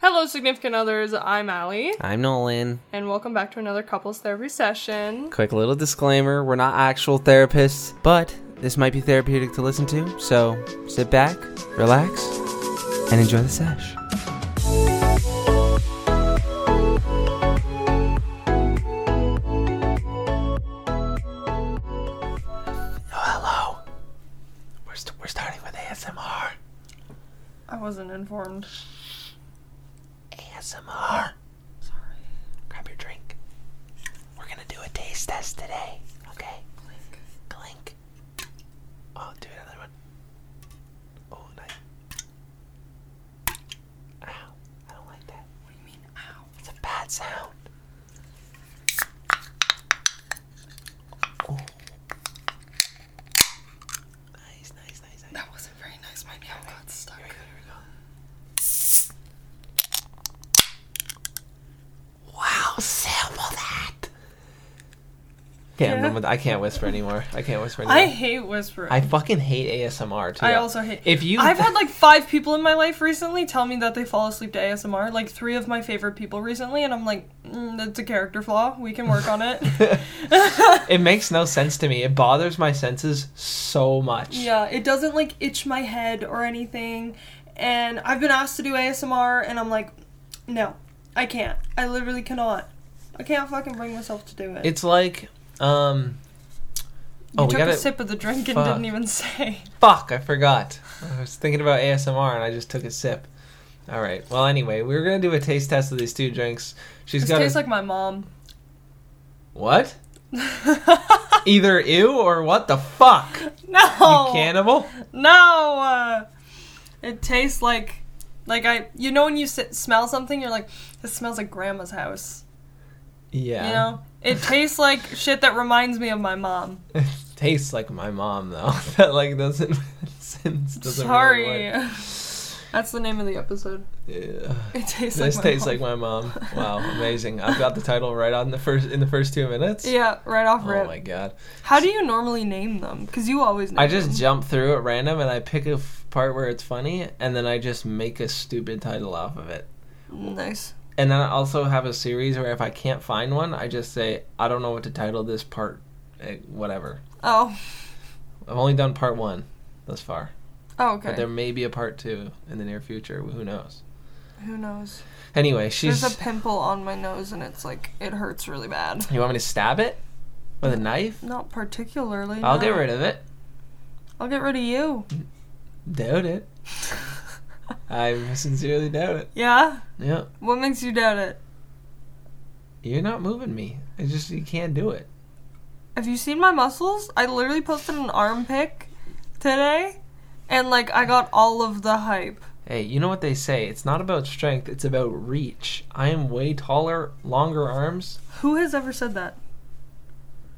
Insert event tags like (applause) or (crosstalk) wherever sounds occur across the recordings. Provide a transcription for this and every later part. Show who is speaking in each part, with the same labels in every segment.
Speaker 1: Hello, significant others. I'm Allie,
Speaker 2: I'm Nolan.
Speaker 1: and welcome back to another couples therapy session.
Speaker 2: Quick little disclaimer we're not actual therapists, but this might be therapeutic to listen to, so sit back, relax, and enjoy the sesh. hello. We're, st- we're starting with ASMR.
Speaker 1: I wasn't informed.
Speaker 2: ASMR. Sorry. Grab your drink. We're gonna do a taste test today. Okay. Clink. Clink. Oh, do another one. Oh, nice. Ow. I don't like that. What do you mean, ow? It's a bad sound. Oh. Nice, nice, nice, nice.
Speaker 1: That wasn't very nice. My nail got stuck.
Speaker 2: Here we go, here we go. Wow, sample that. Can't
Speaker 1: Yeah.
Speaker 2: remember. I can't whisper anymore. I can't whisper anymore.
Speaker 1: I
Speaker 2: I,
Speaker 1: hate whispering.
Speaker 2: fucking hate ASMR too.
Speaker 1: I also hate.
Speaker 2: If you,
Speaker 1: I've had like five people in my life recently tell me that they fall asleep to ASMR. Like three of my favorite people recently, and I'm like, mm, that's a character flaw. We can work on it.
Speaker 2: (laughs) (laughs) it makes no sense to me. It bothers my senses so much.
Speaker 1: Yeah, it doesn't like itch my head or anything. And I've been asked to do ASMR, and I'm like, no, I can't. I literally cannot. I can't fucking bring myself to do it.
Speaker 2: It's like, um,
Speaker 1: you
Speaker 2: oh, we
Speaker 1: took
Speaker 2: gotta-
Speaker 1: a sip of the drink and
Speaker 2: Fuck.
Speaker 1: didn't even say.
Speaker 2: fuck, I forgot. I was thinking about ASMR and I just took a sip. All right. Well, anyway, we were gonna do a taste test of these two drinks. She's
Speaker 1: This
Speaker 2: got a,
Speaker 1: tastes like my mom. (laughs)
Speaker 2: what? Either ew or what the fuck?
Speaker 1: no,
Speaker 2: You cannibal?
Speaker 1: no. Uh, it tastes like, like I, you know, when you sit, smell something, you're like, this smells like grandma's house.
Speaker 2: Yeah.
Speaker 1: You know, it tastes like shit that reminds me of my mom.
Speaker 2: It (laughs) tastes like my mom though. (laughs) that like doesn't sense doesn't
Speaker 1: Sorry.
Speaker 2: really work.
Speaker 1: (laughs) That's the name of the episode.
Speaker 2: Yeah.
Speaker 1: It tastes
Speaker 2: This
Speaker 1: like my
Speaker 2: tastes like
Speaker 1: (laughs)
Speaker 2: my mom. Wow, amazing. I've got the title right on the first in the first 2 minutes.
Speaker 1: Yeah, right off
Speaker 2: Oh
Speaker 1: rip.
Speaker 2: my god.
Speaker 1: How do you normally name them? Because you always name
Speaker 2: I just
Speaker 1: them.
Speaker 2: jump through at random and I pick a f- part where it's funny and then I just make a stupid title off of it.
Speaker 1: nice.
Speaker 2: And then I also have a series where if I can't find one, I just say I don't know what to title this part eh, whatever.
Speaker 1: Oh,
Speaker 2: I've only done part 1 thus far.
Speaker 1: oh
Speaker 2: But there
Speaker 1: okay.
Speaker 2: may be a part two in the near future. Who knows?
Speaker 1: Who knows?
Speaker 2: Anyway, she's.
Speaker 1: There's a pimple on my nose, and it's like it hurts really bad.
Speaker 2: you want me to stab it with a knife?
Speaker 1: Not particularly.
Speaker 2: I'll
Speaker 1: no.
Speaker 2: get rid of it.
Speaker 1: I'll get rid of you.
Speaker 2: Doubt it. (laughs) I sincerely doubt it.
Speaker 1: (laughs) Yeah.
Speaker 2: Yeah,
Speaker 1: What makes you doubt it?
Speaker 2: you're not moving me. It's just you can't do it.
Speaker 1: Have you seen my muscles? I literally posted an arm pic today, and like I got all of the hype.
Speaker 2: Hey, you know what they say? It's not about strength. It's about reach. I am way taller, longer arms,
Speaker 1: Who has ever said that?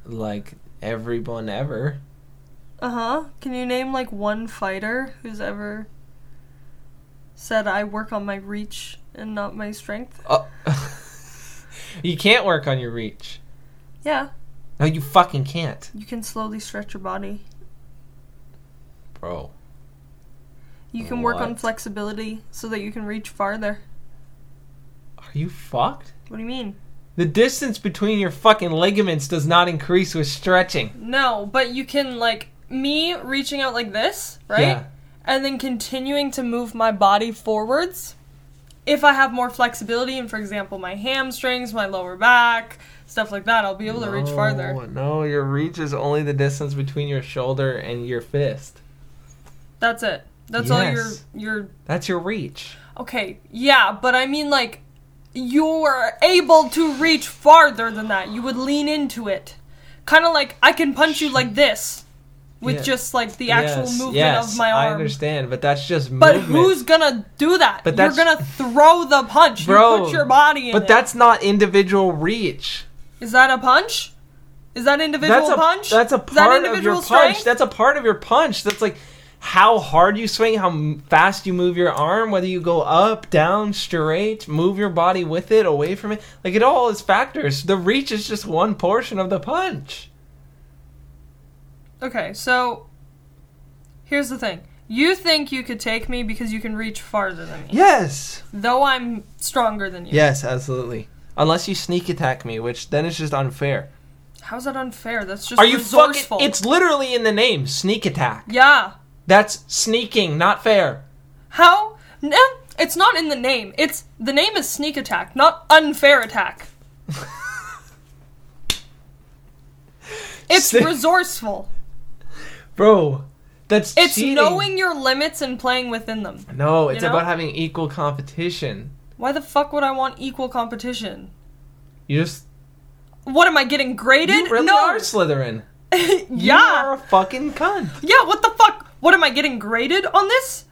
Speaker 2: like everyone ever.
Speaker 1: Uh huh. Can you name like one fighter who's ever said I work on my reach and not my strength?
Speaker 2: Oh. (laughs) you can't work on your reach.
Speaker 1: Yeah,
Speaker 2: No, you fucking can't,
Speaker 1: you can slowly stretch your body.
Speaker 2: bro.
Speaker 1: You can work on
Speaker 2: What?
Speaker 1: flexibility so that you can reach farther.
Speaker 2: Are you fucked?
Speaker 1: What do you mean?
Speaker 2: The distance between your fucking ligaments does not increase with stretching.
Speaker 1: No, but you can like me reaching out like this, right?
Speaker 2: Yeah.
Speaker 1: And then continuing to move my body forwards. If I have more flexibility and for example my hamstrings, my lower back, stuff like that, I'll be able to reach farther.
Speaker 2: No, your reach is only the distance between your shoulder and your fist.
Speaker 1: That's it. That's
Speaker 2: Yes.
Speaker 1: all your your
Speaker 2: That's your reach.
Speaker 1: Okay, yeah, but I mean, like, you're able to reach farther than that. You would lean into it. Kind of like, I can punch you like this with
Speaker 2: Yeah.
Speaker 1: just, like, the actual
Speaker 2: Yes,
Speaker 1: movement
Speaker 2: yes,
Speaker 1: of my
Speaker 2: I
Speaker 1: arm.
Speaker 2: understand, but that's just
Speaker 1: But
Speaker 2: movement.
Speaker 1: who's gonna do that?
Speaker 2: But
Speaker 1: you're
Speaker 2: that's-
Speaker 1: gonna throw the punch. you
Speaker 2: Bro,
Speaker 1: put your body in
Speaker 2: But
Speaker 1: it.
Speaker 2: that's not individual reach.
Speaker 1: Is that a punch? Is that individual
Speaker 2: that's a
Speaker 1: punch?
Speaker 2: That's a
Speaker 1: Is that
Speaker 2: part of your
Speaker 1: individual
Speaker 2: punch.
Speaker 1: strength?
Speaker 2: That's a part of your punch. That's like how hard you swing, how m- fast you move your arm, whether you go up, down, straight, move your body with it, away from it. Like it all is factors. The reach is just one portion of the punch.
Speaker 1: Okay, so here's the thing. You think you could take me because you can reach farther than me.
Speaker 2: Yes.
Speaker 1: Though I'm stronger than you.
Speaker 2: Yes, absolutely. Unless you sneak attack me, which then it's just unfair.
Speaker 1: How's that unfair? That's just
Speaker 2: Are you
Speaker 1: resourceful.
Speaker 2: fucking? It's literally in the name, sneak attack.
Speaker 1: yeah.
Speaker 2: That's sneaking, not fair.
Speaker 1: How? No, it's not in the name. It's the name is sneak attack, not unfair attack. it's
Speaker 2: Sneak-
Speaker 1: resourceful.
Speaker 2: Bro, that's
Speaker 1: It's
Speaker 2: cheating.
Speaker 1: knowing your limits and playing within them.
Speaker 2: No, it's
Speaker 1: you know?
Speaker 2: about having equal competition.
Speaker 1: Why the fuck would I want equal competition?
Speaker 2: You just
Speaker 1: What am I getting graded?
Speaker 2: you really
Speaker 1: no.
Speaker 2: are Slytherin. You
Speaker 1: (laughs) yeah.
Speaker 2: are a fucking cunt.
Speaker 1: Yeah, what the fuck? What am I getting graded on this?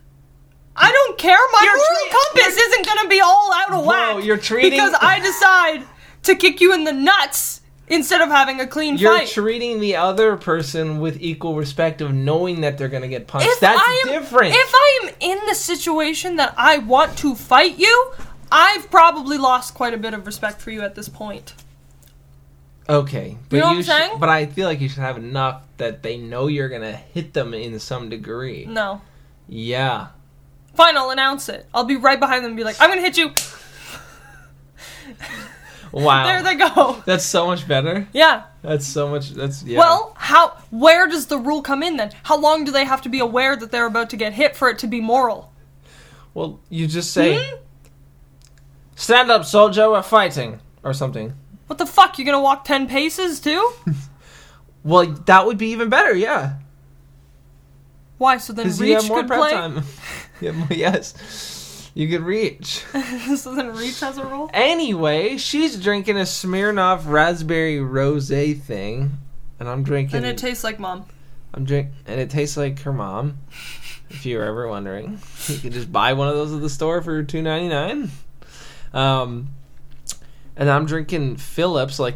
Speaker 1: I don't care. My
Speaker 2: You're
Speaker 1: moral
Speaker 2: tra-
Speaker 1: compass isn't gonna be all out of
Speaker 2: Bro,
Speaker 1: whack
Speaker 2: you're treating-
Speaker 1: because
Speaker 2: (laughs)
Speaker 1: I decide to kick you in the nuts instead of having a clean
Speaker 2: You're
Speaker 1: fight.
Speaker 2: treating the other person with equal respect of knowing that they're gonna get punched.
Speaker 1: If
Speaker 2: That's
Speaker 1: I am-
Speaker 2: different.
Speaker 1: If I am in the situation that I want to fight you, I've probably lost quite a bit of respect for you at this point.
Speaker 2: okay, but
Speaker 1: know what I'm
Speaker 2: sh-
Speaker 1: saying?
Speaker 2: but I feel like you should have enough that they know you're gonna hit them in some degree.
Speaker 1: No.
Speaker 2: Yeah.
Speaker 1: Fine, I'll announce it. I'll be right behind them and be like, I'm gonna hit you. (laughs)
Speaker 2: Wow.
Speaker 1: There they go.
Speaker 2: that's so much better.
Speaker 1: Yeah.
Speaker 2: That's so much. That's yeah.
Speaker 1: Well, how? Where does the rule come in then? How long do they have to be aware that they're about to get hit for it to be moral?
Speaker 2: well, you just say,
Speaker 1: Hmm?
Speaker 2: "Stand up, soldier. We're fighting," or something.
Speaker 1: What the fuck? You're gonna walk ten paces too?
Speaker 2: Well, that would be even better. Yeah.
Speaker 1: Why? So then
Speaker 2: Because you
Speaker 1: reach
Speaker 2: have more
Speaker 1: could
Speaker 2: prep
Speaker 1: play.
Speaker 2: time. (laughs) Yeah, well, yes. You could
Speaker 1: (laughs)
Speaker 2: reach.
Speaker 1: (laughs) so then reach has a rule.
Speaker 2: Anyway, she's drinking a Smirnoff raspberry rosé thing, and I'm drinking.
Speaker 1: And it tastes like mom.
Speaker 2: I'm drink, and it tastes like her mom. If you were ever wondering, you can just buy one of those at the store for two ninety nine. Um, and I'm drinking Phillips, like,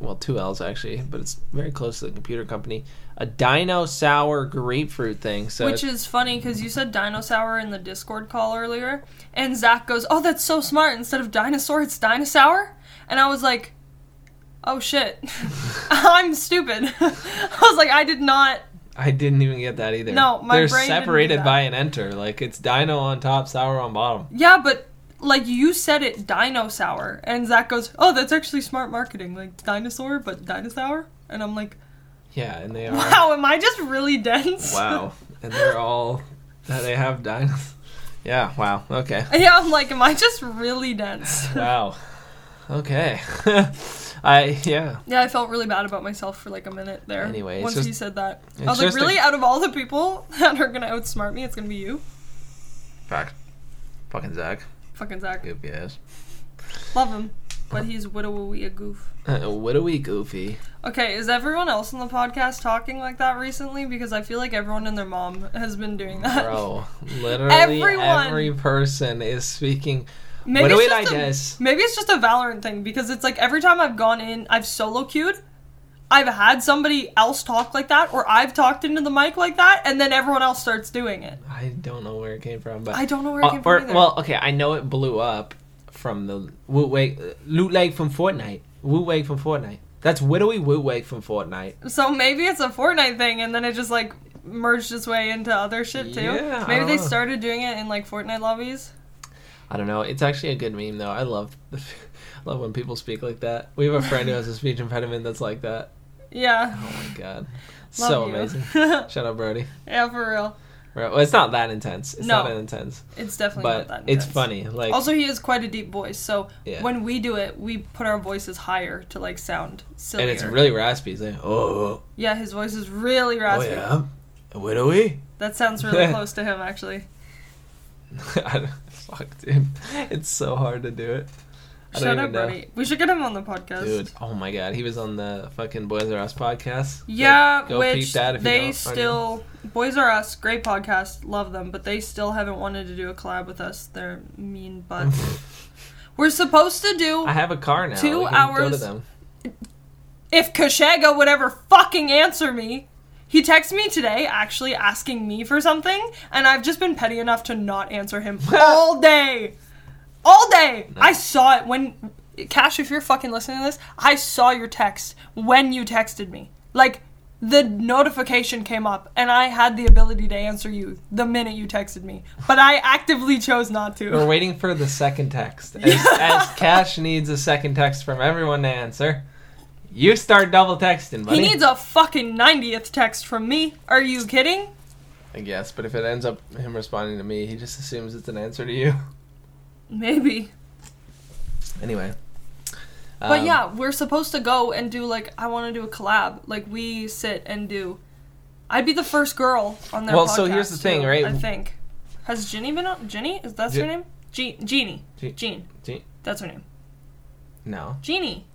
Speaker 2: well, two L's actually, but it's very close to the computer company. A Dino Sour grapefruit thing. So
Speaker 1: Which is funny because you said dinosaur in the Discord call earlier, and Zach goes, "Oh, that's so smart. Instead of dinosaur, it's dinosaur." And I was like, "Oh shit, (laughs) I'm stupid." (laughs) I was like, "I did not."
Speaker 2: I didn't even get that either.
Speaker 1: No, my
Speaker 2: they're
Speaker 1: brain didn't do
Speaker 2: separated
Speaker 1: that.
Speaker 2: by an enter. Like it's Dino on top, Sour on bottom.
Speaker 1: Yeah, but like you said it, dinosaur, and Zach goes, "Oh, that's actually smart marketing, like dinosaur, but dinosaur." And I'm like,
Speaker 2: Yeah, and they are.
Speaker 1: "Wow, am I just really dense?"
Speaker 2: Wow. and they're all that they have dino. Yeah. Wow. Okay.
Speaker 1: (laughs) yeah, I'm like, am I just really
Speaker 2: (laughs)
Speaker 1: dense? (laughs)
Speaker 2: Wow. Okay. (laughs) I yeah.
Speaker 1: Yeah, I felt really bad about myself for like a minute there.
Speaker 2: Anyway, it's
Speaker 1: once
Speaker 2: just-
Speaker 1: he said that, I
Speaker 2: it's
Speaker 1: was like,
Speaker 2: just a-
Speaker 1: really? Out of all the people (laughs) that are gonna outsmart me, it's gonna be you,
Speaker 2: Fact. Fucking Zach.
Speaker 1: fucking Zach.
Speaker 2: Goofy ass.
Speaker 1: Love him, but he's widowy a goof.
Speaker 2: Uh, what are we goofy?
Speaker 1: Okay, is everyone else on the podcast talking like that recently? Because I feel like everyone and their mom has been doing that. (laughs)
Speaker 2: (laughs) Bro, literally
Speaker 1: Everyone.
Speaker 2: every person is speaking.
Speaker 1: Maybe
Speaker 2: what are
Speaker 1: it's
Speaker 2: we
Speaker 1: just
Speaker 2: like
Speaker 1: a-
Speaker 2: this?
Speaker 1: Maybe it's just a Valorant thing because it's like every time I've gone in, I've solo queued. I've had somebody else talk like that, or I've talked into the mic like that, and then everyone else starts doing it.
Speaker 2: I don't know where it came from, but
Speaker 1: I don't know where it
Speaker 2: Uh,
Speaker 1: came
Speaker 2: or-
Speaker 1: from either.
Speaker 2: Well, okay, I know it blew up from the Woot Wake Loot Leg from Fortnite. Woot Wake from Fortnite. That's Widowy Woot Wake from Fortnite.
Speaker 1: So maybe it's a Fortnite thing, and then it just like merged its way into other shit too.
Speaker 2: Yeah, I
Speaker 1: maybe
Speaker 2: don't
Speaker 1: they
Speaker 2: know.
Speaker 1: started doing it in like Fortnite lobbies.
Speaker 2: I don't know. It's actually a good meme though. I love the, (laughs) I love when people speak like that. We have a friend who has a speech impediment that's like that.
Speaker 1: Yeah.
Speaker 2: Oh my god,
Speaker 1: Love
Speaker 2: so
Speaker 1: you.
Speaker 2: amazing. Shut up, Brody.
Speaker 1: (laughs) yeah, for real.
Speaker 2: Right, Well, it's not that intense. It's
Speaker 1: No.
Speaker 2: not that intense,
Speaker 1: It's definitely
Speaker 2: but
Speaker 1: not that.
Speaker 2: it's
Speaker 1: intense.
Speaker 2: funny. Like
Speaker 1: Also, he has quite a deep voice, so
Speaker 2: Yeah.
Speaker 1: when we do it, we put our voices higher to like sound sillier.
Speaker 2: and it's really raspy. It's like oh, oh,
Speaker 1: yeah, his voice is really
Speaker 2: oh
Speaker 1: raspy.
Speaker 2: yeah, Widowy.
Speaker 1: That sounds really close to him, actually.
Speaker 2: (laughs) I don't, fuck, dude. It's so hard to do it. I don't
Speaker 1: Shout
Speaker 2: even
Speaker 1: out,
Speaker 2: know.
Speaker 1: Brody. We should get him on the podcast.
Speaker 2: Dude, oh my god, he was on the fucking Boys R Us podcast. Go-
Speaker 1: Yeah,
Speaker 2: go peep
Speaker 1: which
Speaker 2: that if you don't
Speaker 1: they
Speaker 2: already. (laughs)
Speaker 1: still Boys Are Us, great podcast, love them, but they still haven't wanted to do a collab with us. They're mean butts.
Speaker 2: (laughs)
Speaker 1: We're supposed to do
Speaker 2: I have a car now.
Speaker 1: Two
Speaker 2: we can Go to
Speaker 1: hours-
Speaker 2: them.
Speaker 1: if Kashaga would ever fucking answer me. He texted me today actually asking me for something, and I've just been petty enough to not answer him all day. All day. I saw it when Cash, if you're fucking listening to this, I saw your text when you texted me. Like the notification came up and I had the ability to answer you the minute you texted me, but I actively chose not
Speaker 2: We're
Speaker 1: to.
Speaker 2: waiting for the second text. As,
Speaker 1: (laughs)
Speaker 2: as Cash needs a second text from everyone to answer, you start double texting,
Speaker 1: He
Speaker 2: buddy.
Speaker 1: needs a fucking 90th text from me. Are you kidding?
Speaker 2: I guess, but if it ends up him responding to me, he just assumes it's an answer to you.
Speaker 1: Maybe.
Speaker 2: Anyway.
Speaker 1: But
Speaker 2: um,
Speaker 1: yeah, we're supposed to go and do like I want to do a collab. Like we sit and do. I'd be the first girl on their
Speaker 2: Well, so here's
Speaker 1: podcast,
Speaker 2: the thing,
Speaker 1: too,
Speaker 2: right?
Speaker 1: I think. Has Ginny been on? Ginny is that
Speaker 2: Je-
Speaker 1: her name? Je- Jeannie.
Speaker 2: Je-
Speaker 1: Jean.
Speaker 2: Je-
Speaker 1: That's her name.
Speaker 2: No,
Speaker 1: Jeannie.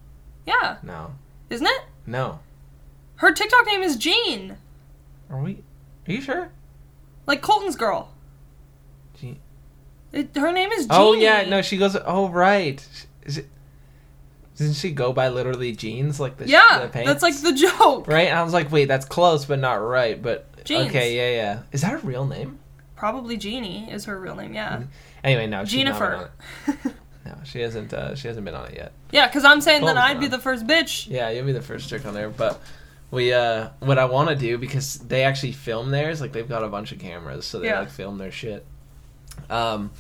Speaker 1: Yeah,
Speaker 2: no,
Speaker 1: isn't it?
Speaker 2: no.
Speaker 1: Her TikTok name is Jean.
Speaker 2: Are we? Are you sure?
Speaker 1: Like Colton's girl.
Speaker 2: Jean-
Speaker 1: It, her name is Jeannie.
Speaker 2: Oh yeah, no. She goes. Oh right. Is it, doesn't she go by literally jeans like the
Speaker 1: Yeah,
Speaker 2: the pants?
Speaker 1: that's like the (laughs) joke.
Speaker 2: right. And I was like, wait, that's close, but not right. But
Speaker 1: Jeans.
Speaker 2: okay, yeah, yeah. Is that a real name?
Speaker 1: Probably Jeannie is her real name. Yeah.
Speaker 2: Anyway, no. Mm-hmm. she's not been on
Speaker 1: Jennifer.
Speaker 2: it. No, she hasn't. Uh, she hasn't been on it yet.
Speaker 1: (laughs) yeah, because I'm saying then
Speaker 2: Colton's
Speaker 1: I'd be
Speaker 2: girl.
Speaker 1: the first bitch.
Speaker 2: Yeah, you'll be the first chick on there. But we, uh, what I want to do because they actually film theirs, like they've got a bunch of cameras, so they
Speaker 1: Yeah.
Speaker 2: like film their shit. Um,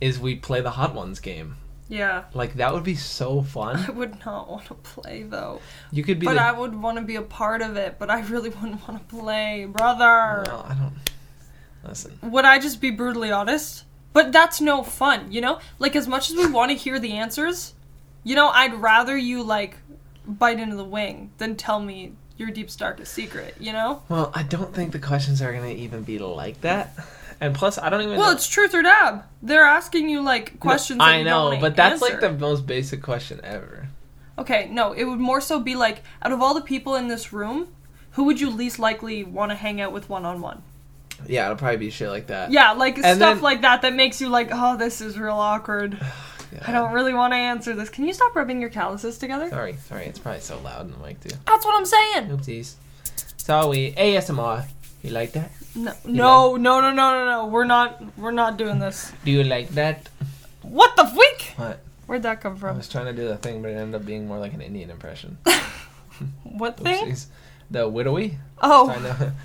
Speaker 2: is we play the hot ones game?
Speaker 1: Yeah.
Speaker 2: Like that would be so fun.
Speaker 1: I would not want to play though.
Speaker 2: You could be
Speaker 1: But
Speaker 2: the.
Speaker 1: I would want to be a part of it, but I really (laughs) wouldn't want to play, brother.
Speaker 2: No, I don't. Listen,
Speaker 1: Would I just be brutally honest? But that's no fun, you know? Like as much as we want to hear the answers, you know, I'd rather you like bite into the wing than tell me your deepest darkest secret, you know?
Speaker 2: well, I don't think the questions are gonna even be like that. And plus, I don't even.
Speaker 1: Well,
Speaker 2: know-
Speaker 1: it's truth or dab. They're asking you like
Speaker 2: No,
Speaker 1: questions. that
Speaker 2: I
Speaker 1: you
Speaker 2: know,
Speaker 1: don't wanna
Speaker 2: but that's like
Speaker 1: answer.
Speaker 2: the most basic question ever.
Speaker 1: Okay, no, it would more so be like out of all the people in this room, who would you least likely want to hang out with one on one?
Speaker 2: Yeah, it'll probably be shit like that.
Speaker 1: Yeah, like
Speaker 2: And
Speaker 1: stuff
Speaker 2: then-
Speaker 1: like that that makes you like, oh, this is real awkward. I don't really want to answer this. Can you stop rubbing your calluses together?
Speaker 2: Sorry, sorry. It's probably so loud in the mic too.
Speaker 1: That's what I'm saying.
Speaker 2: Oopsies. So we ASMR. You like that?
Speaker 1: No, no, no, no, no, no, no. We're not, we're not doing this.
Speaker 2: Do you like that?
Speaker 1: What the freak?
Speaker 2: What?
Speaker 1: Where'd that come
Speaker 2: I
Speaker 1: from?
Speaker 2: was trying to do the thing, but it ended up being more like an Indian
Speaker 1: (laughs)
Speaker 2: impression.
Speaker 1: What thing?
Speaker 2: Oopsies. The widowy. Trying
Speaker 1: Oh,
Speaker 2: to. (laughs)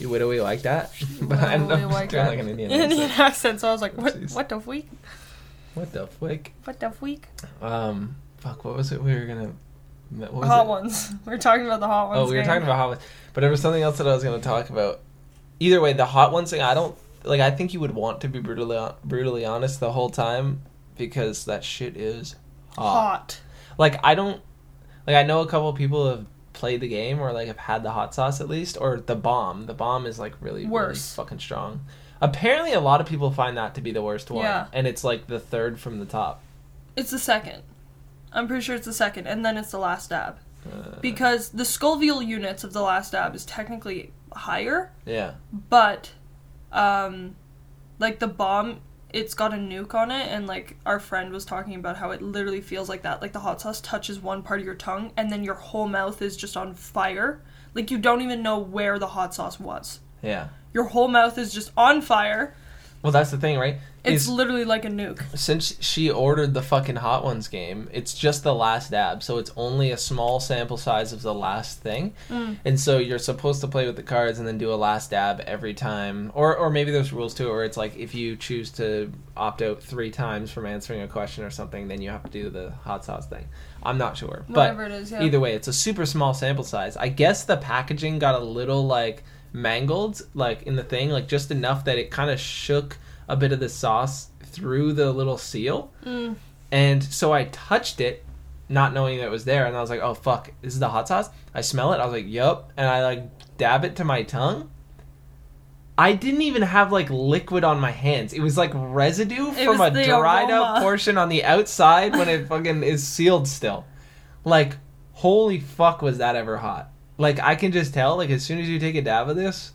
Speaker 2: You widowy like that? (laughs) But I ended up
Speaker 1: Widowy
Speaker 2: just
Speaker 1: like
Speaker 2: doing
Speaker 1: that.
Speaker 2: like an Indian.
Speaker 1: Indian (laughs)
Speaker 2: accent.
Speaker 1: accent. So I was like, what?
Speaker 2: Oopsies.
Speaker 1: What the freak?
Speaker 2: What the flick?
Speaker 1: What the freak?
Speaker 2: Um. Fuck. What was it? We were gonna. What was
Speaker 1: Hot
Speaker 2: it?
Speaker 1: ones. (laughs) We We're talking about the hot ones.
Speaker 2: Oh, we were
Speaker 1: game.
Speaker 2: talking about hot ones, but there was something else that I was going to talk about. Either way, the hot ones thing, I don't like. I think you would want to be brutally hon- brutally honest the whole time because that shit is hot.
Speaker 1: hot.
Speaker 2: Like I don't like. I know a couple people have played the game or like have had the hot sauce at least or the bomb. The bomb is like really
Speaker 1: Worse.
Speaker 2: really fucking strong. Apparently, a lot of people find that to be the worst one,
Speaker 1: Yeah.
Speaker 2: and it's like the third from the top.
Speaker 1: It's the second. I'm pretty sure it's the second, and then it's the last dab.
Speaker 2: Uh,
Speaker 1: Because the Scoville units of the last dab is technically higher,
Speaker 2: yeah,
Speaker 1: but um like the bomb it's got a nuke on it and like our friend was talking about how it literally feels like that. Like the hot sauce touches one part of your tongue and then your whole mouth is just on fire. Like you don't even know where the hot sauce was.
Speaker 2: yeah.
Speaker 1: Your whole mouth is just on fire.
Speaker 2: Well, that's the thing, right?
Speaker 1: It's
Speaker 2: Is-
Speaker 1: literally like a nuke.
Speaker 2: since she ordered the fucking hot ones game it's just the last dab so it's only a small sample size of the last thing
Speaker 1: Mm.
Speaker 2: and so you're supposed to play with the cards and then do a last dab every time or or maybe there's rules to it where it's like if you choose to opt out three times from answering a question or something then you have to do the hot sauce thing i'm not sure
Speaker 1: Whatever
Speaker 2: but
Speaker 1: it is, yeah.
Speaker 2: either way it's a super small sample size i guess the packaging got a little like mangled like in the thing like just enough that it kind of shook a bit of the sauce through the little seal
Speaker 1: Mm.
Speaker 2: and so i touched it not knowing that it was there and i was like oh fuck this is the hot sauce i smell it i was like yup and i like dab it to my tongue I didn't even have like liquid on my hands. It was like residue from
Speaker 1: was
Speaker 2: a
Speaker 1: the
Speaker 2: dried
Speaker 1: aroma.
Speaker 2: up portion on the outside
Speaker 1: (laughs)
Speaker 2: when it fucking is sealed still. Like, holy fuck, was that ever hot? Like, I can just tell. Like, as soon as you take a dab of this,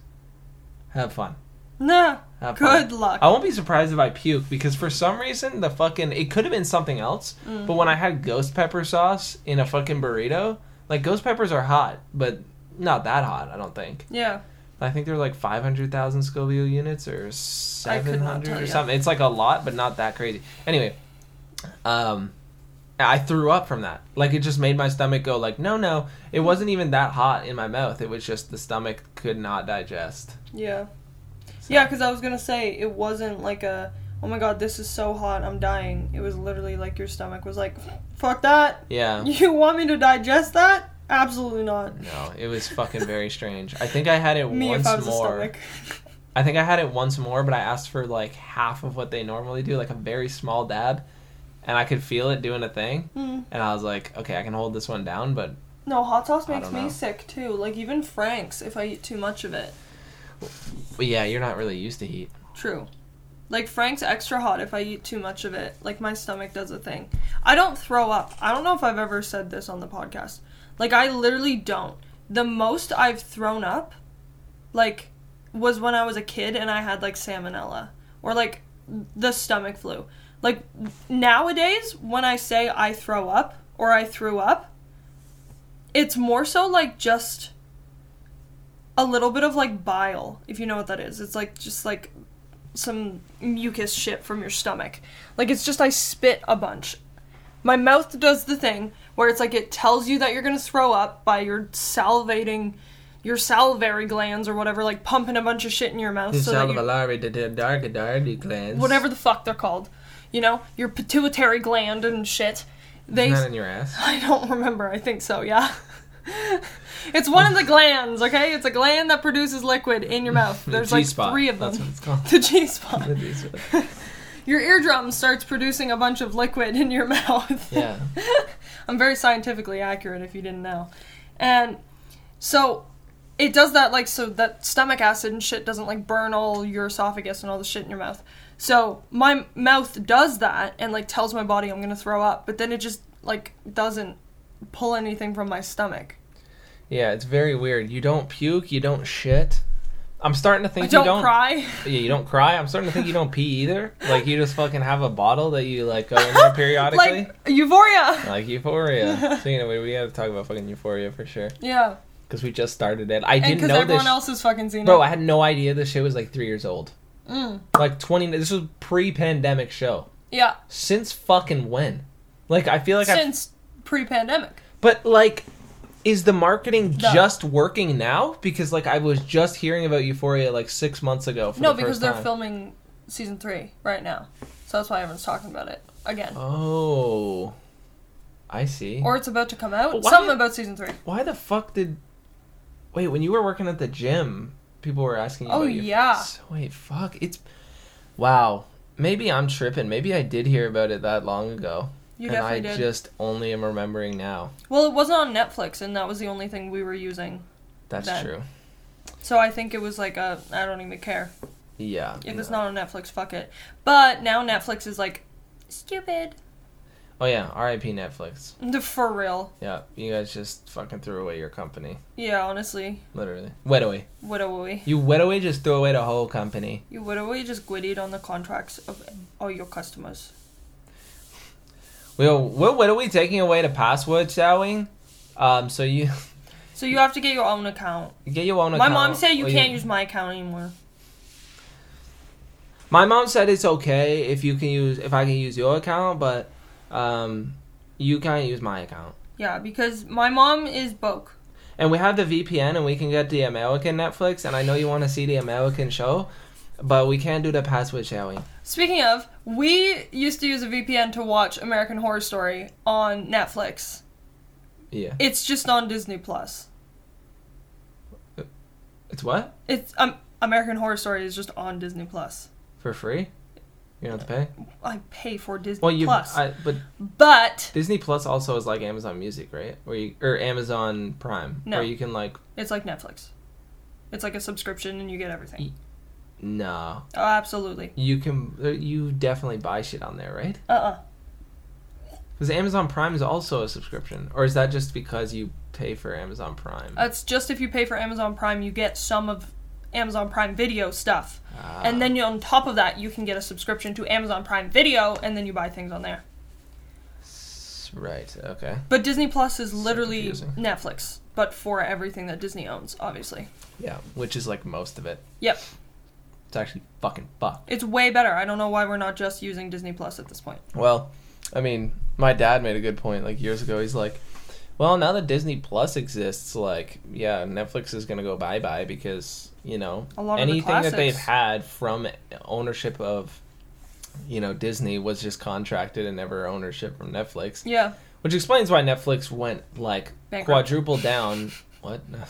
Speaker 2: have fun.
Speaker 1: Nah.
Speaker 2: Have fun.
Speaker 1: Good luck.
Speaker 2: I won't be surprised if I puke because for some reason the fucking it could have been something else. But when I had ghost pepper sauce in a fucking burrito, like ghost peppers are hot, but not that hot. I don't think.
Speaker 1: Yeah.
Speaker 2: I think there were like five hundred thousand Scoville units or
Speaker 1: I could
Speaker 2: seven
Speaker 1: not tell
Speaker 2: hundred or
Speaker 1: you.
Speaker 2: something. It's like a lot, but not that crazy. Anyway, um, I threw up from that. Like it just made my stomach go like, no, no. It wasn't even that hot in my mouth. It was just the stomach could not digest.
Speaker 1: Yeah. Yeah, because I was gonna say it wasn't like a oh my god this is so hot I'm dying. It was literally like your stomach was like fuck that.
Speaker 2: Yeah.
Speaker 1: (laughs) You want me to digest that? Absolutely not.
Speaker 2: No, it was fucking very strange. I think I had it
Speaker 1: (laughs) Me
Speaker 2: once
Speaker 1: if I was
Speaker 2: more.
Speaker 1: a stomach. (laughs)
Speaker 2: I think I had it once more, but I asked for like half of what they normally do, like a very small dab, and I could feel it doing a thing.
Speaker 1: Mm.
Speaker 2: And I was like, okay, I can hold this one down, but
Speaker 1: No, hot sauce
Speaker 2: I
Speaker 1: makes
Speaker 2: don't
Speaker 1: me
Speaker 2: know.
Speaker 1: sick too. Like even Frank's if I eat too much of it.
Speaker 2: but yeah, you're not really used to heat.
Speaker 1: True. Like Frank's extra hot if I eat too much of it. Like my stomach does a thing. I don't throw up. I don't know if I've ever said this on the podcast. Like I literally don't. The most I've thrown up like was when I was a kid and I had like salmonella or like the stomach flu. Like nowadays when I say I throw up or I threw up, it's more so like just a little bit of like bile, if you know what that is. It's like just like some mucus shit from your stomach. Like it's just I spit a bunch. My mouth does the thing where it's like it tells you that you're gonna throw up by your salivating, your salivary glands or whatever, like pumping a bunch of shit in your mouth. so that you-
Speaker 2: glands.
Speaker 1: whatever the fuck they're called. You know, your pituitary gland and shit. They
Speaker 2: not in your ass.
Speaker 1: (laughs) I don't remember. I think so, yeah. (laughs) it's one of the glands, okay? It's a gland that produces liquid in your
Speaker 2: (laughs)
Speaker 1: mouth. There's like
Speaker 2: G-spot.
Speaker 1: three of them.
Speaker 2: That's
Speaker 1: (laughs)
Speaker 2: what it's called.
Speaker 1: the G spot.
Speaker 2: The G-spot.
Speaker 1: Your eardrum starts producing a bunch of liquid in your (laughs) mouth.
Speaker 2: yeah.
Speaker 1: I'm very scientifically accurate if you didn't know. And so it does that like so that stomach acid and shit doesn't like burn all your esophagus and all the shit in your mouth. So my m- mouth does that and like tells my body I'm going to throw up, but then it just like doesn't pull anything from my stomach.
Speaker 2: Yeah, it's very weird. You don't puke, you don't shit. I'm starting to think
Speaker 1: I don't,
Speaker 2: you don't
Speaker 1: cry.
Speaker 2: Yeah, you don't cry. I'm starting to think you don't pee either. Like you just fucking have a bottle that you like go
Speaker 1: (laughs)
Speaker 2: in there periodically.
Speaker 1: like euphoria. (laughs)
Speaker 2: Like Euphoria. so, you know, we, we gotta talk about fucking Euphoria for sure.
Speaker 1: Yeah.
Speaker 2: Because we just started it. I
Speaker 1: And
Speaker 2: didn't
Speaker 1: because
Speaker 2: know this.
Speaker 1: everyone else has fucking seen
Speaker 2: Bro,
Speaker 1: it.
Speaker 2: I had no idea this shit was like three years old.
Speaker 1: Mm.
Speaker 2: Like 20. This was pre pandemic show.
Speaker 1: Yeah.
Speaker 2: Since fucking when? Like, I feel like I.
Speaker 1: Since pre pandemic.
Speaker 2: But, like, is the marketing
Speaker 1: No.
Speaker 2: just working now? Because, like, I was just hearing about Euphoria like six months ago. For
Speaker 1: No,
Speaker 2: the
Speaker 1: because
Speaker 2: first
Speaker 1: they're
Speaker 2: time.
Speaker 1: filming season three right now. So that's why everyone's talking about it again.
Speaker 2: Oh. I see.
Speaker 1: Or it's about to come out.
Speaker 2: But why
Speaker 1: Something
Speaker 2: did-
Speaker 1: about season three.
Speaker 2: Why the fuck did? Wait, when you were working at the gym, people were asking you.
Speaker 1: Oh,
Speaker 2: about your-
Speaker 1: yeah.
Speaker 2: So, wait, fuck. It's wow. Maybe I'm tripping. Maybe I did hear about it that long ago,
Speaker 1: You
Speaker 2: and I
Speaker 1: definitely did.
Speaker 2: just only am remembering now.
Speaker 1: Well, it wasn't on Netflix, and that was the only thing we were using.
Speaker 2: That's
Speaker 1: That-
Speaker 2: true.
Speaker 1: So I think it was like a I don't even care.
Speaker 2: Yeah.
Speaker 1: If it's
Speaker 2: no.
Speaker 1: not on Netflix, fuck it. But now Netflix is like stupid. (laughs)
Speaker 2: Oh yeah. R.I.P. Netflix.
Speaker 1: For real.
Speaker 2: Yeah. You guys just fucking threw away your company.
Speaker 1: Yeah, honestly.
Speaker 2: Literally. Wet away.
Speaker 1: Widowy.
Speaker 2: You wet away. Just threw away the whole company.
Speaker 1: You widowy just gwiddied on the contracts of all your customers.
Speaker 2: We'll we'll wet away taking away the password, shall we? Um. So you
Speaker 1: So you have to get your own account.
Speaker 2: get your own.
Speaker 1: My mom
Speaker 2: account, Oh,
Speaker 1: said you
Speaker 2: or
Speaker 1: can't use my account anymore.
Speaker 2: My mom said it's okay if you can use if I can use your account, but um, you can't use my account.
Speaker 1: Yeah, because my mom is broke.
Speaker 2: And we have the VPN, and we can get the American Netflix. And I know you want to see the American show, but we can't do the password, shall we?
Speaker 1: Speaking of, we used to use a VPN to watch American Horror Story on Netflix.
Speaker 2: Yeah.
Speaker 1: It's just on Disney Plus.
Speaker 2: It's what
Speaker 1: It's um, American Horror Story is just on Disney Plus.
Speaker 2: for free? You don't have to pay.
Speaker 1: I pay for Disney
Speaker 2: Well, you.
Speaker 1: Plus,
Speaker 2: I, but
Speaker 1: but
Speaker 2: Disney Plus also is like Amazon Music, right? Where you or Amazon Prime,
Speaker 1: No.
Speaker 2: where you can like
Speaker 1: it's like Netflix. It's like a subscription, and you get everything.
Speaker 2: Ye- no,
Speaker 1: Oh, absolutely.
Speaker 2: you can you definitely buy shit on there, right?
Speaker 1: Uh uh
Speaker 2: Because Amazon Prime is also a subscription, or is that just because you pay for Amazon Prime?
Speaker 1: That's just if you pay for Amazon Prime, you get some of Amazon Prime Video stuff,
Speaker 2: Ah.
Speaker 1: Uh, and then you, on top of that, you can get a subscription to Amazon Prime Video, and then you buy things on there.
Speaker 2: Ah, S- right. Okay.
Speaker 1: But Disney Plus is literally
Speaker 2: confusing.
Speaker 1: Netflix, but for everything that Disney owns, obviously.
Speaker 2: Yeah, which is like most of it.
Speaker 1: Yep.
Speaker 2: It's actually fucking fucked.
Speaker 1: It's way better. I don't know why we're not just using Disney Plus at this point.
Speaker 2: Well, I mean, My dad made a good point like years ago. He's like, "Well, now that Disney Plus exists, like, yeah, Netflix is gonna go bye bye because you know
Speaker 1: A lot of the
Speaker 2: anything that they've
Speaker 1: classics.
Speaker 2: had from ownership of, you know, Disney was just contracted and never ownership from Netflix,
Speaker 1: Yeah.
Speaker 2: which explains why Netflix went like
Speaker 1: Bankrupt.
Speaker 2: quadruple down. What? (laughs) No.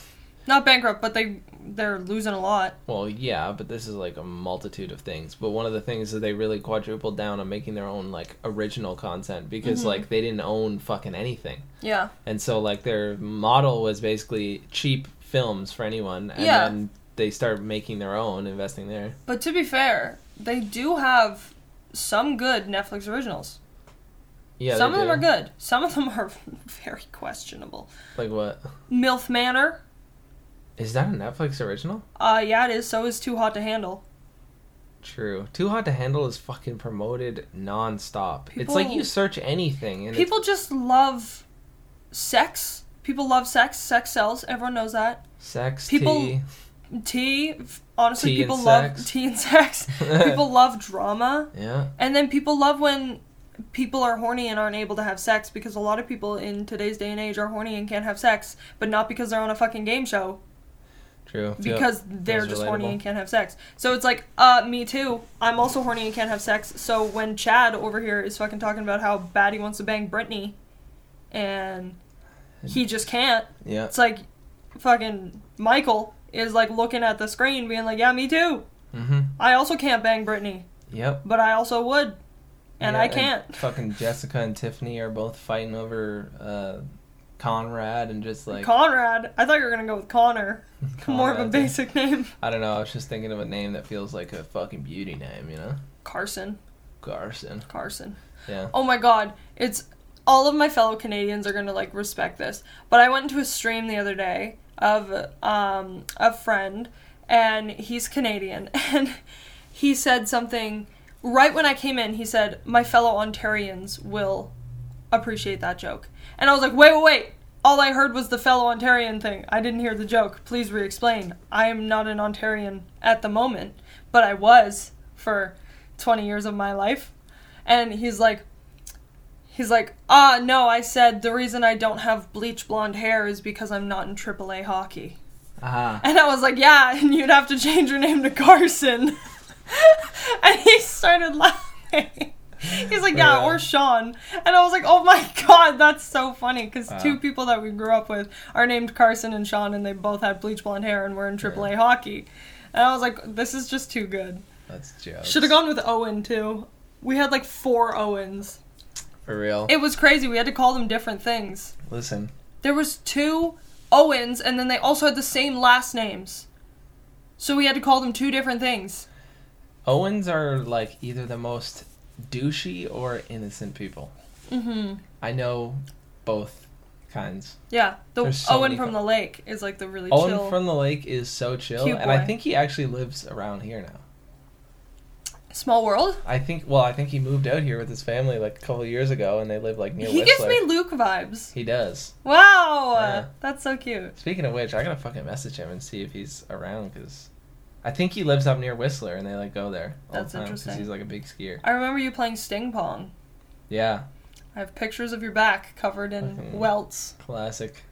Speaker 1: Not bankrupt, but they they're losing a lot.
Speaker 2: Well, yeah, but this is like a multitude of things. But one of the things that they really quadrupled down on making their own like original content because
Speaker 1: Mm-hmm.
Speaker 2: like they didn't own fucking anything,
Speaker 1: Yeah.
Speaker 2: and so like their model was basically cheap films for anyone, and
Speaker 1: Yeah.
Speaker 2: then they start making their own, investing there.
Speaker 1: But to be fair, they do have some good Netflix originals.
Speaker 2: Yeah,
Speaker 1: some
Speaker 2: they
Speaker 1: of them
Speaker 2: do.
Speaker 1: are good. Some of them are (laughs) very questionable.
Speaker 2: Like what
Speaker 1: MILF Manor.
Speaker 2: is that a Netflix original?
Speaker 1: Uh yeah, it is. So is Too Hot to Handle.
Speaker 2: True. Too Hot to Handle is fucking promoted nonstop. It's like
Speaker 1: People-
Speaker 2: you search anything, and it's
Speaker 1: People just love sex. People love sex. Sex sells. Everyone knows that.
Speaker 2: sex,
Speaker 1: people-
Speaker 2: tea.
Speaker 1: Tea. f- Honestly,
Speaker 2: Tea and
Speaker 1: people love
Speaker 2: sex.
Speaker 1: tea and
Speaker 2: (laughs)
Speaker 1: sex. people love drama.
Speaker 2: Yeah,
Speaker 1: And then people love when people are horny and aren't able to have sex because a lot of people in today's day and age are horny and can't have sex, but not because they're on a fucking game show,
Speaker 2: true. Feel-
Speaker 1: because they're
Speaker 2: feels
Speaker 1: just
Speaker 2: relatable.
Speaker 1: horny and can't have sex. So it's like, uh, me too. I'm also horny and can't have sex. So when Chad over here is fucking talking about how bad he wants to bang Brittany and he just can't,
Speaker 2: yeah.
Speaker 1: it's like fucking Michael is like looking at the screen being like, yeah, me too.
Speaker 2: Mm-hmm.
Speaker 1: I also can't bang Brittany,
Speaker 2: Yep.
Speaker 1: but I also would. And
Speaker 2: Yeah,
Speaker 1: I can't.
Speaker 2: fucking Jessica and Tiffany are both fighting over uh, Conrad and just like
Speaker 1: Conrad. I thought you were gonna go with Connor. (laughs) More of a
Speaker 2: Conrad's-
Speaker 1: basic name.
Speaker 2: I don't know. I was just thinking of a name that feels like a fucking beauty name, you know?
Speaker 1: Carson.
Speaker 2: Garson.
Speaker 1: Carson.
Speaker 2: Yeah.
Speaker 1: Oh my god. It's all of my fellow Canadians are gonna like respect this. But I went to a stream the other day of um a friend and he's Canadian (laughs) and he said something right when I came in, he said, My fellow Ontarians will appreciate that joke. And I was like, wait, wait, wait. All I heard was the fellow Ontarian thing. I didn't hear the joke. Please re explain. I am not an Ontarian at the moment, but I was for 20 years of my life. And he's like, he's like, ah, no, I said the reason I don't have bleach blonde hair is because I'm not in AAA hockey.
Speaker 2: Ah.
Speaker 1: And I was like, yeah, (laughs) and you'd have to change your name to Carson. (laughs) and he started laughing. (laughs) He's like, yeah,
Speaker 2: Oh, Yeah.
Speaker 1: or Sean. And I was like, oh my (laughs) god, that's so funny. Because
Speaker 2: Uh-huh.
Speaker 1: two people that we grew up with are named Carson and Sean, and they both had bleach blonde hair and were in AAA hockey. And I was like, this is just too good.
Speaker 2: That's jokes.
Speaker 1: Should have gone with Owen, too. We had like four Owens.
Speaker 2: For real.
Speaker 1: It was crazy. We had to call them different things.
Speaker 2: Listen.
Speaker 1: There was two Owens, and then they also had the same last names. So we had to call them two different things.
Speaker 2: Owens are like either the most douchey or innocent people. Mm-hmm. I know both kinds.
Speaker 1: Yeah, the
Speaker 2: There's so
Speaker 1: Owen
Speaker 2: many
Speaker 1: from
Speaker 2: co-
Speaker 1: the lake is like the really
Speaker 2: Owen
Speaker 1: chill,
Speaker 2: from the Lake is so chill,
Speaker 1: Cute
Speaker 2: and I
Speaker 1: boy.
Speaker 2: think he actually lives around here now.
Speaker 1: small world.
Speaker 2: I think. Well, I think he moved out here with his family like a couple of years ago, and they live like near.
Speaker 1: he gives
Speaker 2: Whistler.
Speaker 1: me Luke vibes.
Speaker 2: He does.
Speaker 1: Wow,
Speaker 2: Yeah.
Speaker 1: that's so cute.
Speaker 2: Speaking of which, I gotta fucking message him and see if he's around because I think he lives up near Whistler and they like go there all
Speaker 1: That's
Speaker 2: the time
Speaker 1: interesting.
Speaker 2: he's like a big skier.
Speaker 1: I remember you playing Sting Pong.
Speaker 2: Yeah,
Speaker 1: I have pictures of your back covered in
Speaker 2: Mhm.
Speaker 1: welts.
Speaker 2: classic.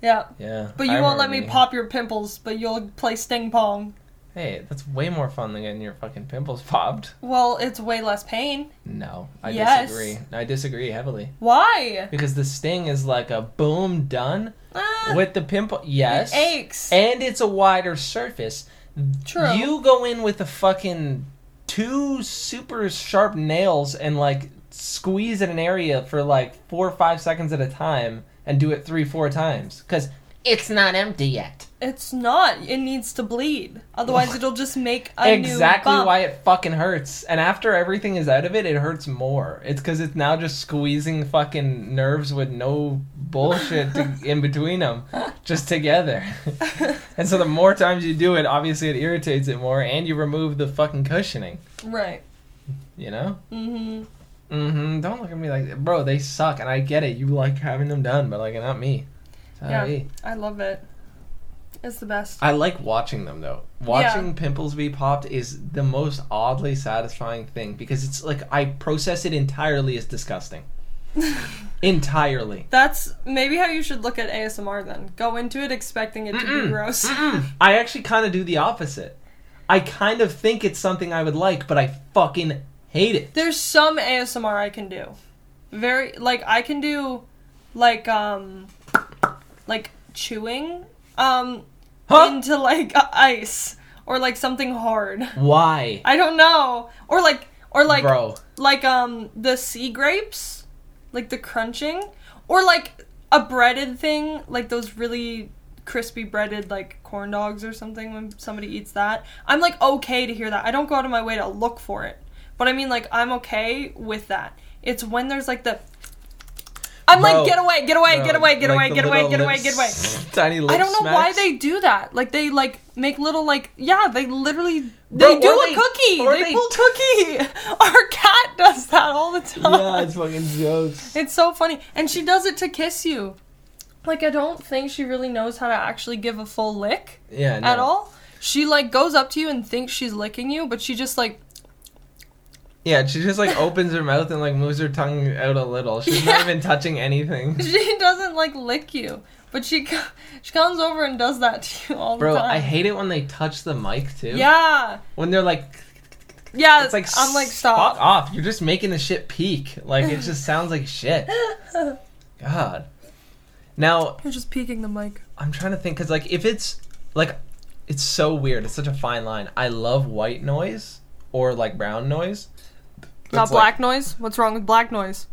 Speaker 1: Yeah,
Speaker 2: Yeah.
Speaker 1: but
Speaker 2: I
Speaker 1: you won't
Speaker 2: remember
Speaker 1: let me
Speaker 2: meeting him.
Speaker 1: pop your pimples, but you'll play Sting Pong.
Speaker 2: Hey, that's way more fun than getting your fucking pimples (laughs) popped.
Speaker 1: Well, it's way less pain.
Speaker 2: No, I
Speaker 1: Yes.
Speaker 2: disagree. I disagree heavily
Speaker 1: Why?
Speaker 2: because the sting is like a boom done
Speaker 1: Ah,
Speaker 2: with the pimple. Yes.
Speaker 1: It aches.
Speaker 2: and it's a wider surface.
Speaker 1: True.
Speaker 2: You go in with a fucking two super sharp nails and like squeeze at an area for like four or five seconds at a time and do it three, four times because it's not empty yet.
Speaker 1: It's not. It needs to bleed. Otherwise, it'll just make a
Speaker 2: exactly
Speaker 1: new bump.
Speaker 2: why it fucking hurts. And after everything is out of it, it hurts more. It's because it's now just squeezing fucking nerves with no bullshit
Speaker 1: (laughs)
Speaker 2: to, in between them, just together. (laughs) and so the more times you do it, obviously it irritates it more, and you remove the fucking cushioning.
Speaker 1: Right.
Speaker 2: You know?
Speaker 1: Mm-hmm.
Speaker 2: Mm-hmm. Don't look at me like, bro. They suck, and I get it. You like having them done, but like, not me. Sorry.
Speaker 1: Yeah. I love it. It's the best.
Speaker 2: I like watching them though. Watching pimples be popped is
Speaker 1: (laughs)
Speaker 2: the most oddly satisfying thing because it's like I process it entirely as disgusting. entirely.
Speaker 1: That's maybe how you should look at ASMR then. Go into it expecting it to be gross.
Speaker 2: I actually kind of do the opposite. I kind of think it's something I would like, but I fucking hate it.
Speaker 1: There's some ASMR I can do. Very like I can do like um like chewing um
Speaker 2: Huh?
Speaker 1: into like uh, ice or like something hard.
Speaker 2: Why,
Speaker 1: I don't know. Or like or like
Speaker 2: bro?
Speaker 1: like um the sea grapes, like the crunching, or like a breaded thing, like those really crispy breaded like corn dogs or something when somebody eats that. I'm like okay to hear that. I don't go out of my way to look for it. But I mean like I'm okay with that. It's when there's like the I'm
Speaker 2: Bro.
Speaker 1: like get away, get away,
Speaker 2: Bro,
Speaker 1: get away, get
Speaker 2: like
Speaker 1: away,
Speaker 2: the
Speaker 1: get away,
Speaker 2: little
Speaker 1: get away,
Speaker 2: lips-
Speaker 1: get away.
Speaker 2: (laughs) Tiny lips.
Speaker 1: I don't know why
Speaker 2: smacks.
Speaker 1: they do that. Like they like make little like yeah, they literally they
Speaker 2: Bro,
Speaker 1: do
Speaker 2: or
Speaker 1: a
Speaker 2: they-
Speaker 1: cookie.
Speaker 2: or
Speaker 1: They,
Speaker 2: they-
Speaker 1: pull cookie. (laughs) Our cat does that all the (laughs)
Speaker 2: Yeah,
Speaker 1: time.
Speaker 2: it's fucking jokes.
Speaker 1: it's so funny. And she does it to kiss you. Like I don't think she really knows how to actually give a full lick
Speaker 2: Yeah, no.
Speaker 1: at all. She like goes up to you and thinks she's licking you, but she just like (laughs)
Speaker 2: Yeah, she just like opens her mouth and like moves her tongue out a little. She's not
Speaker 1: Yeah.
Speaker 2: even touching
Speaker 1: (laughs)
Speaker 2: anything.
Speaker 1: she doesn't like lick you. But she co- she comes over and does that to you all
Speaker 2: Bro,
Speaker 1: the time.
Speaker 2: I hate it when they touch the mic too.
Speaker 1: Yeah.
Speaker 2: When they're like,
Speaker 1: Yeah,
Speaker 2: it's like,
Speaker 1: I'm like stop.
Speaker 2: off. You're just making the shit peak. Like, it just sounds
Speaker 1: (laughs)
Speaker 2: like shit. God. Now,
Speaker 1: You're just peeking the mic.
Speaker 2: I'm trying to think because like if it's like it's so weird. It's such a fine line. I love white noise or like brown noise.
Speaker 1: Not
Speaker 2: It's like,
Speaker 1: black noise? What's wrong with black noise?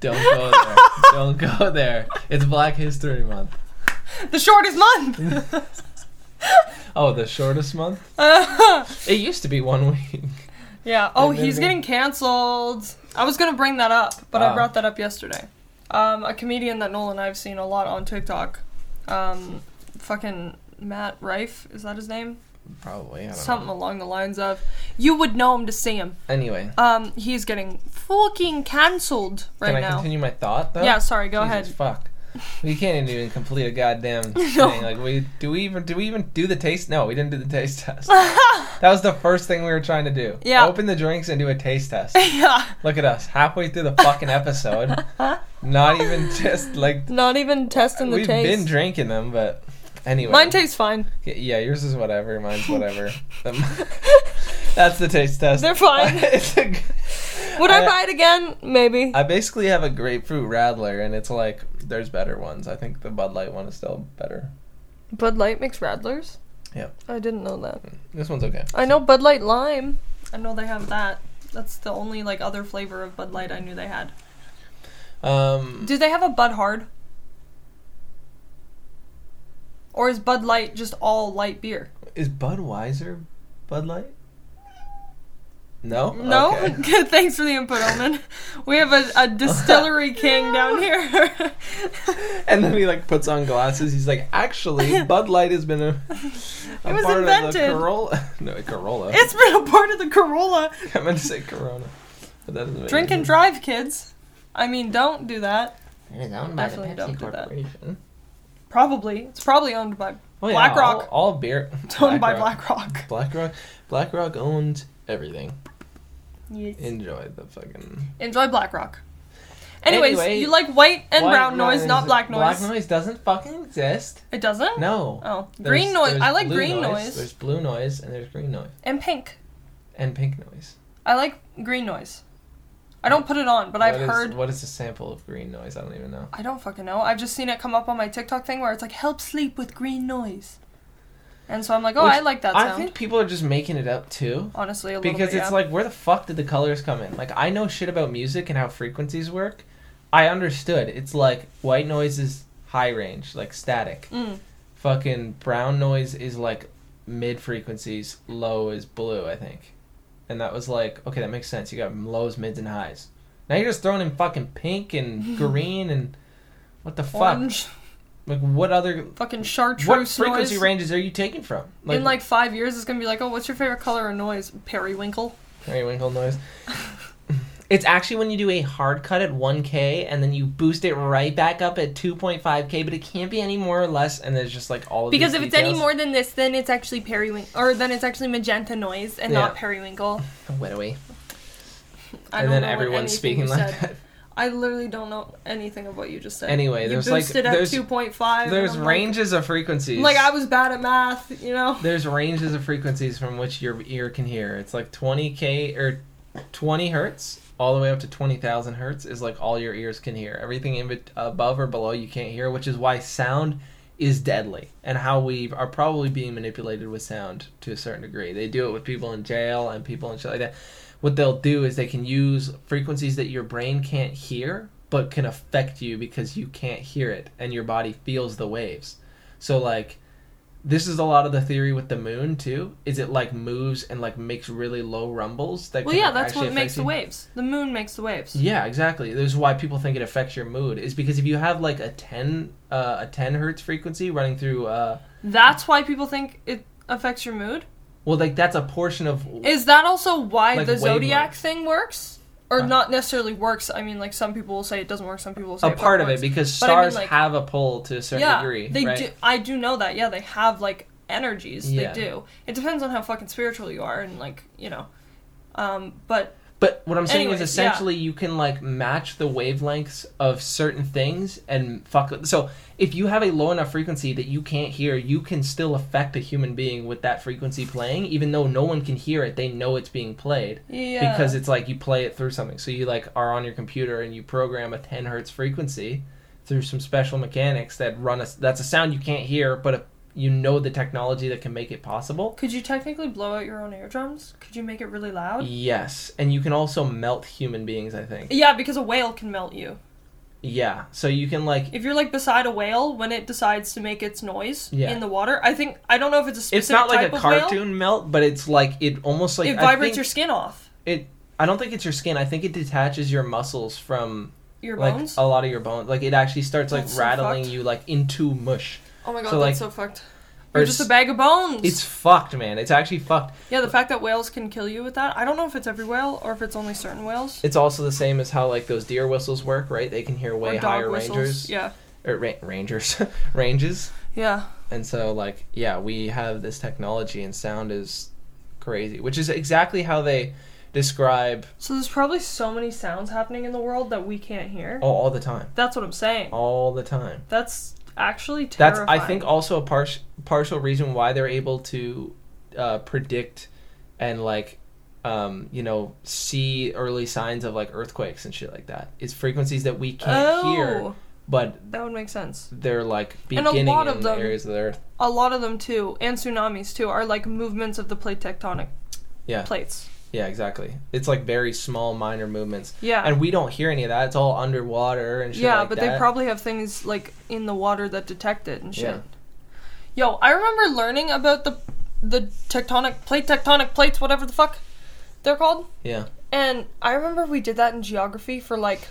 Speaker 2: don't go there.
Speaker 1: (laughs)
Speaker 2: don't go there. It's Black History Month.
Speaker 1: (laughs) The shortest month!
Speaker 2: (laughs)
Speaker 1: (laughs)
Speaker 2: Oh, the shortest month. It used to be one week.
Speaker 1: yeah. Oh,
Speaker 2: And then
Speaker 1: he's
Speaker 2: they-
Speaker 1: getting cancelled. I was gonna bring that up, but
Speaker 2: Wow.
Speaker 1: I brought that up yesterday. Um, a comedian that Nolan and I've seen a lot on TikTok. Um, fucking Matt Rife, is that his name?
Speaker 2: Probably. I don't
Speaker 1: Something along the lines of. You would know him to see him.
Speaker 2: know. Anyway,
Speaker 1: Um, he's getting fucking cancelled right
Speaker 2: can I
Speaker 1: now.
Speaker 2: continue my thought though?
Speaker 1: Yeah, sorry, go
Speaker 2: Jesus,
Speaker 1: ahead. (laughs)
Speaker 2: Fuck. We can't even complete a goddamn thing. Like we do we even do we even do the taste? No, we didn't do the taste (laughs)
Speaker 1: (laughs)
Speaker 2: test. that was the first thing we were trying to do.
Speaker 1: Yeah.
Speaker 2: Open the drinks and do a taste test.
Speaker 1: yeah.
Speaker 2: Look at us, halfway through the
Speaker 1: (laughs)
Speaker 2: fucking episode. Not even just like
Speaker 1: Not even testing the
Speaker 2: we've
Speaker 1: taste.
Speaker 2: been drinking them, but anyway.
Speaker 1: Mine tastes fine. (laughs)
Speaker 2: Yeah, yours is whatever. Mine's whatever. Um, (laughs) That's the taste test.
Speaker 1: They're fine.
Speaker 2: (laughs) It's a g-
Speaker 1: Would I,
Speaker 2: I-
Speaker 1: buy it again? Maybe.
Speaker 2: I basically have a grapefruit rattler, and it's like there's better ones. I think the Bud Light one is still better.
Speaker 1: Bud Light makes Radlers?
Speaker 2: Yeah. Mm.
Speaker 1: I didn't know that.
Speaker 2: This one's okay.
Speaker 1: I know Bud Light Lime. I know they have that. That's the only like other flavor of Bud Light I knew they had.
Speaker 2: Um,
Speaker 1: Do they have a Bud Hard? Or is Bud Light just all light beer?
Speaker 2: is Budweiser Bud Light? No.
Speaker 1: No? (laughs)
Speaker 2: Okay.
Speaker 1: Good. Thanks for the input, Omen. We have a, a (laughs) distillery king down here. (laughs)
Speaker 2: And then he like puts on glasses. He's like,
Speaker 1: (laughs)
Speaker 2: actually, Bud Light has been a,
Speaker 1: It
Speaker 2: a
Speaker 1: was
Speaker 2: part
Speaker 1: invented.
Speaker 2: of the Corolla. (laughs) No, Corolla.
Speaker 1: it's been a part of the Corolla.
Speaker 2: (laughs) I meant to say Corona, but that doesn't make
Speaker 1: Drink
Speaker 2: (laughs)
Speaker 1: and
Speaker 2: any
Speaker 1: drive, kids. I mean, don't do that.
Speaker 2: sense. It is owned by the
Speaker 1: Definitely
Speaker 2: Pepsi
Speaker 1: don't do that.
Speaker 2: Corporation.
Speaker 1: Probably. It's probably owned by
Speaker 2: Oh, yeah,
Speaker 1: BlackRock.
Speaker 2: All, all
Speaker 1: (laughs)
Speaker 2: beer.
Speaker 1: it's owned by BlackRock.
Speaker 2: BlackRock. BlackRock. BlackRock owns everything.
Speaker 1: Yes.
Speaker 2: Enjoy the fucking.
Speaker 1: Enjoy BlackRock. Anyways,
Speaker 2: Anyway,
Speaker 1: you like white and
Speaker 2: White
Speaker 1: brown noise, not black noise.
Speaker 2: Black noise doesn't fucking exist.
Speaker 1: It doesn't?
Speaker 2: No.
Speaker 1: Oh.
Speaker 2: There's-
Speaker 1: Green noise.
Speaker 2: there's
Speaker 1: I like
Speaker 2: blue
Speaker 1: green noise.
Speaker 2: There's blue noise and there's green noise
Speaker 1: And pink.
Speaker 2: and pink noise.
Speaker 1: I like green noise. I don't put it on, but I've
Speaker 2: What is-
Speaker 1: heard.
Speaker 2: What is a sample of green noise? I don't even know.
Speaker 1: I don't fucking know. I've just seen it come up on my TikTok thing where it's like, help sleep with green noise. And so I'm like, oh,
Speaker 2: Which
Speaker 1: I like that
Speaker 2: I
Speaker 1: sound.
Speaker 2: think people are just making it up too.
Speaker 1: Honestly, a little
Speaker 2: because
Speaker 1: bit.
Speaker 2: it's
Speaker 1: yeah.
Speaker 2: like where the fuck did the colors come in like i know shit about music and how frequencies work i understood it's like white noise is high range like static
Speaker 1: Mm.
Speaker 2: fucking brown noise is like mid frequencies low is blue i think and that was like okay that makes sense you got lows mids and highs now you're just throwing in fucking
Speaker 1: (laughs)
Speaker 2: pink and green and what the fuck
Speaker 1: Orange.
Speaker 2: like what other
Speaker 1: Fucking
Speaker 2: what
Speaker 1: chartreuse
Speaker 2: frequency
Speaker 1: noise.
Speaker 2: ranges are you taking from
Speaker 1: In like five years, it's gonna be like, oh, what's your favorite color or noise? Periwinkle.
Speaker 2: Periwinkle
Speaker 1: (laughs)
Speaker 2: noise. (laughs) It's actually when you do a hard cut at 1K and then you boost it right back up at 2.5K, but it can't be any more or less. And there's just like all of
Speaker 1: Because
Speaker 2: these
Speaker 1: if it's any
Speaker 2: details.
Speaker 1: more than this, then it's actually periwinkle, or then it's actually magenta noise and
Speaker 2: Yeah.
Speaker 1: not periwinkle.
Speaker 2: What are we?
Speaker 1: I
Speaker 2: Oh, and
Speaker 1: don't
Speaker 2: then
Speaker 1: know what
Speaker 2: everyone's
Speaker 1: anything
Speaker 2: speaking
Speaker 1: you
Speaker 2: like
Speaker 1: said.
Speaker 2: that.
Speaker 1: I literally don't know anything of what you just said.
Speaker 2: Anyway,
Speaker 1: you
Speaker 2: there's, like,
Speaker 1: boosted at
Speaker 2: there's-
Speaker 1: two point five.
Speaker 2: There's ranges of frequencies.
Speaker 1: Like, I was bad at math, you
Speaker 2: (laughs)
Speaker 1: know.
Speaker 2: There's ranges of frequencies from which your ear can hear. It's like 20k or 20 hertz all the way up to 20,000 hertz is like all your ears can hear. Everything in bet- above or below you can't hear, which is why sound is deadly and how we are probably being manipulated with sound to a certain degree. They do it with people in jail and people and shit like that. What they'll do is they can use frequencies that your brain can't hear but can affect you because you can't hear it and your body feels the waves. So like this is a lot of the theory with the moon too. Is it like moves and like makes really low rumbles that
Speaker 1: Well,
Speaker 2: can
Speaker 1: yeah, that's
Speaker 2: actually
Speaker 1: what
Speaker 2: affect
Speaker 1: makes the
Speaker 2: you?
Speaker 1: waves. The moon makes the waves.
Speaker 2: Yeah, exactly. This is why people think it affects your mood. Is because if you have like a ten uh, a ten hertz frequency running through, uh,
Speaker 1: That's why people think it affects your mood.
Speaker 2: well, like that's a portion of.
Speaker 1: Is that also why
Speaker 2: Like
Speaker 1: the
Speaker 2: wave
Speaker 1: zodiac
Speaker 2: length.
Speaker 1: thing works? Or
Speaker 2: Uh.
Speaker 1: not necessarily works. I mean, like some people will say it doesn't work. Some people will say
Speaker 2: a
Speaker 1: it
Speaker 2: part of
Speaker 1: works.
Speaker 2: it because
Speaker 1: But I mean,
Speaker 2: stars
Speaker 1: like-
Speaker 2: have a pull to a certain
Speaker 1: yeah,
Speaker 2: degree.
Speaker 1: they
Speaker 2: right?
Speaker 1: do. I do know that. Yeah, they have like energies.
Speaker 2: Yeah.
Speaker 1: They do. It depends on how fucking spiritual you are, and like you know. Um, but
Speaker 2: But what I'm saying is
Speaker 1: Anyways,
Speaker 2: essentially you can like match the wavelengths of certain things and fuck. So if you have a low enough frequency that you can't hear, you can still affect a human being with that frequency playing, even though no one can hear it. They know it's being played
Speaker 1: yeah,
Speaker 2: because it's like you play it through something. So you like are on your computer and you program a 10 hertz frequency through some special mechanics that run a. That's a sound you can't hear, but if you know the technology that can make it possible.
Speaker 1: could you technically blow out your own eardrums? Could you make it really loud?
Speaker 2: Yes, and you can also melt human beings. I think.
Speaker 1: Yeah, because a whale can melt you.
Speaker 2: Yeah, so you can like
Speaker 1: If you're like beside a whale when it decides to make its noise
Speaker 2: Yeah.
Speaker 1: in the water, I think I don't know if it's a specific
Speaker 2: it's not like
Speaker 1: type
Speaker 2: a
Speaker 1: of whale.
Speaker 2: cartoon melt, but it's like it almost like
Speaker 1: it
Speaker 2: I
Speaker 1: vibrates
Speaker 2: think
Speaker 1: your skin off
Speaker 2: it. I don't think it's your skin. I think it detaches your muscles from
Speaker 1: your
Speaker 2: like
Speaker 1: bones.
Speaker 2: a lot of your bones. Like it actually starts like
Speaker 1: That's so
Speaker 2: rattling
Speaker 1: fucked.
Speaker 2: you like into mush.
Speaker 1: oh my god,
Speaker 2: so, like-
Speaker 1: that's so fucked.
Speaker 2: or
Speaker 1: You're just a
Speaker 2: it's-
Speaker 1: bag of bones.
Speaker 2: It's fucked, man. It's actually fucked.
Speaker 1: yeah, the fact that whales can kill you with that. I don't know if it's every whale or if it's only certain whales.
Speaker 2: It's also the same as how like those deer whistles work, right? They can hear way
Speaker 1: or dog
Speaker 2: higher
Speaker 1: whistles.
Speaker 2: rangers
Speaker 1: Yeah,
Speaker 2: or ra- rangers (laughs) ranges,
Speaker 1: yeah.
Speaker 2: and so like yeah, we have this technology and sound is crazy, which is exactly how they describe
Speaker 1: So there's probably so many sounds happening in the world that we can't hear.
Speaker 2: oh, all the time,
Speaker 1: That's what I'm saying.
Speaker 2: all the time.
Speaker 1: That's actually
Speaker 2: That's
Speaker 1: terrifying.
Speaker 2: I think also a par- partial reason why they're able to uh, predict and like um, you know see early signs of like earthquakes and shit like that. It's frequencies that we can't
Speaker 1: oh,
Speaker 2: hear, but
Speaker 1: that would make sense.
Speaker 2: they're like
Speaker 1: And a
Speaker 2: beginning
Speaker 1: lot
Speaker 2: in
Speaker 1: of them-
Speaker 2: areas of the earth.
Speaker 1: A lot of them too, and tsunamis too, are like movements of the plate tectonic
Speaker 2: Yeah,
Speaker 1: plates.
Speaker 2: yeah, exactly. It's like very small minor movements,
Speaker 1: Yeah.
Speaker 2: and we don't hear any of that. It's all underwater and shit
Speaker 1: yeah,
Speaker 2: like
Speaker 1: but
Speaker 2: that.
Speaker 1: they probably have things like in the water that detect it and shit.
Speaker 2: Yeah.
Speaker 1: Yo, I remember learning about the the tectonic plate tectonic plates, whatever the fuck they're called.
Speaker 2: yeah,
Speaker 1: And I remember we did that in geography for like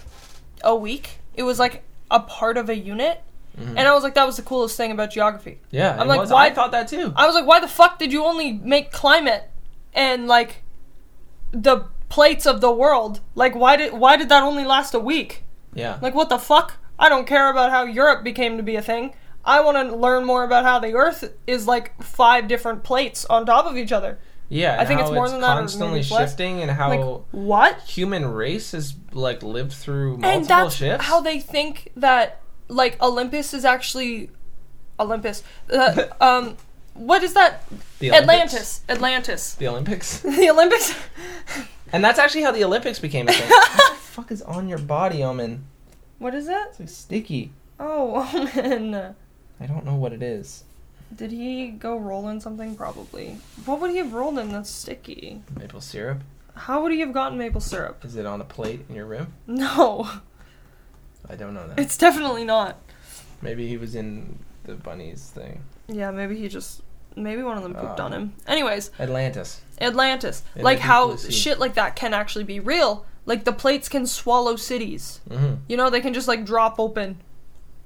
Speaker 1: a week. It was like a part of a unit.
Speaker 2: Mm-hmm.
Speaker 1: And I was like, that was the coolest thing about geography.
Speaker 2: yeah.
Speaker 1: I'm
Speaker 2: it
Speaker 1: like,
Speaker 2: was.
Speaker 1: why-
Speaker 2: I thought that too.
Speaker 1: I was like, why the fuck did you only make climate and like the plates of the world? Like why did why did that only last a week?
Speaker 2: Yeah,
Speaker 1: Like what the fuck? I don't care about how Europe became to be a thing. I want to learn more about how the earth is like five different plates on top of each other.
Speaker 2: yeah. and
Speaker 1: think it's
Speaker 2: how
Speaker 1: more than that, or
Speaker 2: Constantly
Speaker 1: maybe it's less.
Speaker 2: shifting and how.
Speaker 1: Like what?
Speaker 2: human race has like lived through Oh. multiple
Speaker 1: and that's
Speaker 2: shifts.
Speaker 1: how they think that like Olympus is actually Olympus.
Speaker 2: (laughs)
Speaker 1: Uh, um, what is that?
Speaker 2: the Olympics.
Speaker 1: Atlantis. Atlantis. (laughs)
Speaker 2: The Olympics. (laughs)
Speaker 1: The Olympics.
Speaker 2: and that's actually how the Olympics became a thing. what the fuck is on your body, Omen?
Speaker 1: (laughs) what is that?
Speaker 2: It's like sticky.
Speaker 1: Oh (laughs) man,
Speaker 2: I don't know what it is.
Speaker 1: did he go roll in something? Probably. What would he have rolled in that's sticky?
Speaker 2: Maple syrup?
Speaker 1: How would he have gotten maple syrup? (laughs)
Speaker 2: Is it on a plate in your room?
Speaker 1: No,
Speaker 2: I don't know that.
Speaker 1: it's definitely not.
Speaker 2: Maybe he was in the bunnies thing.
Speaker 1: Yeah, maybe he just. Maybe one of them pooped
Speaker 2: Oh.
Speaker 1: on him. Anyways,
Speaker 2: Atlantis.
Speaker 1: Atlantis. like
Speaker 2: It might be
Speaker 1: how
Speaker 2: cool to see.
Speaker 1: shit like that can actually be real. Like the plates can swallow cities.
Speaker 2: Mm-hmm.
Speaker 1: You know, they can just like drop open.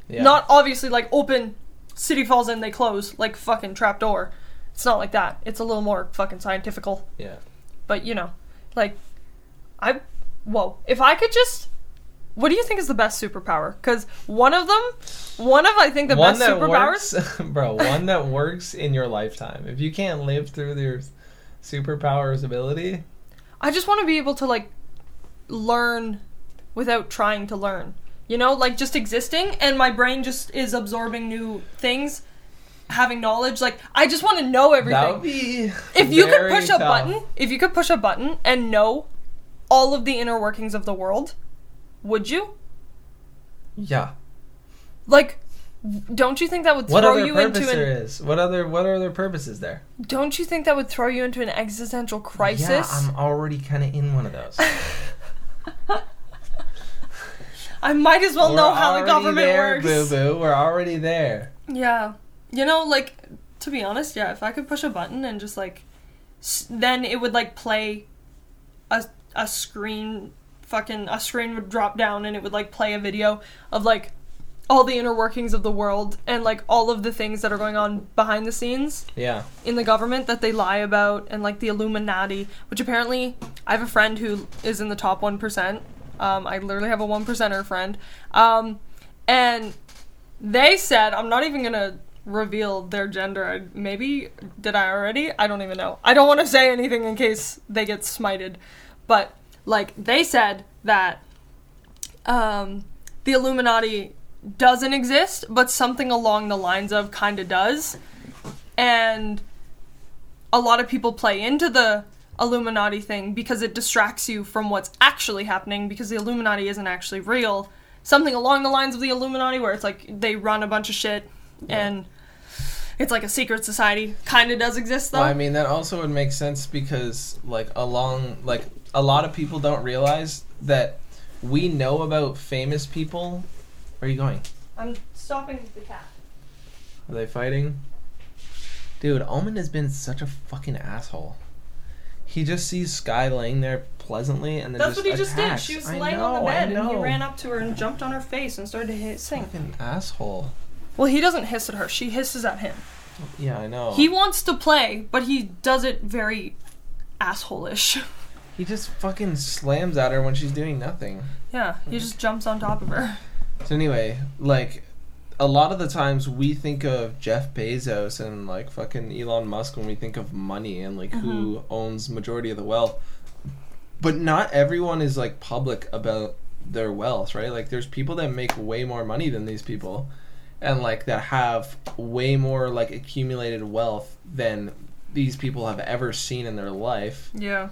Speaker 2: Yeah.
Speaker 1: Not obviously like open, city falls in, they close, like fucking trapdoor. It's not like that. It's a little more fucking scientifical.
Speaker 2: Yeah.
Speaker 1: But you know, like, I. Whoa. If I could just. What do you think is the best superpower? Because one of them, one of I think the
Speaker 2: one
Speaker 1: best
Speaker 2: that
Speaker 1: superpowers.
Speaker 2: works, (laughs) bro. One that works in your lifetime. If you can't live through your superpowers ability,
Speaker 1: I just want to be able to like learn without trying to learn. You know, like just existing and my brain just is absorbing new things, having knowledge. Like I just want to know everything.
Speaker 2: That would be
Speaker 1: if you could
Speaker 2: very
Speaker 1: push a
Speaker 2: tough.
Speaker 1: button, if you could push a button and know all of the inner workings of the world, would you?
Speaker 2: yeah.
Speaker 1: Like w- don't you think that would
Speaker 2: What
Speaker 1: throw
Speaker 2: other
Speaker 1: you
Speaker 2: purpose
Speaker 1: into
Speaker 2: there
Speaker 1: an
Speaker 2: is? What other what other purpose is there?
Speaker 1: Don't you think that would throw you into an existential crisis?
Speaker 2: Yeah, I'm already kind of in one of those.
Speaker 1: I might as (laughs) well
Speaker 2: We're
Speaker 1: know how the
Speaker 2: already
Speaker 1: government
Speaker 2: there,
Speaker 1: works.
Speaker 2: Boo boo, we're already there.
Speaker 1: Yeah. You know, like, to be honest, yeah, if I could push a button and just, like, s- then it would, like, play a, a screen, fucking, a screen would drop down and it would, like, play a video of, like, all the inner workings of the world and, like, all of the things that are going on behind the scenes
Speaker 2: Yeah.
Speaker 1: in the government that they lie about and, like, the Illuminati, which apparently I have a friend who is in the top 1%. Um, I literally have a 1%er friend. Um, and they said, I'm not even gonna reveal their gender. I- Maybe did I already? I don't even know. I don't want to say anything in case they get smited. But like they said that um, the Illuminati doesn't exist, but something along the lines of kind of does, and a lot of people play into the Illuminati thing because it distracts you from what's actually happening because the Illuminati isn't actually real. Something along the lines of the Illuminati where it's like they run a bunch of shit and it's like a secret society. Kind of does exist though.
Speaker 2: Well, I mean, that also would make sense because, like, along, like, a lot of people don't realize that we know about famous people. Where are you going?
Speaker 1: I'm stopping the cat.
Speaker 2: Are they fighting? Dude, Omen has been such a fucking asshole. He just sees Sky laying there pleasantly and then
Speaker 1: That's
Speaker 2: just
Speaker 1: what he just did.
Speaker 2: attacks.
Speaker 1: She was
Speaker 2: I
Speaker 1: laying on
Speaker 2: know,
Speaker 1: the
Speaker 2: I
Speaker 1: bed and he
Speaker 2: know.
Speaker 1: ran up to her and jumped on her face and started hissing.
Speaker 2: Fucking asshole.
Speaker 1: Well, he doesn't hiss at her. She hisses at him.
Speaker 2: Yeah, I know.
Speaker 1: He wants to play, but he does it very asshole-ish. (laughs)
Speaker 2: he just fucking slams at her when she's doing nothing.
Speaker 1: yeah,
Speaker 2: Hmm.
Speaker 1: he just jumps on top of her.
Speaker 2: So anyway, like a lot of the times we think of Jeff Bezos and like fucking Elon Musk when we think of money and like who owns majority of the wealth. But not everyone is like public about their wealth, right? Like there's people that make way more money than these people and like that have way more like accumulated wealth than these people have ever seen in their life
Speaker 1: Yeah.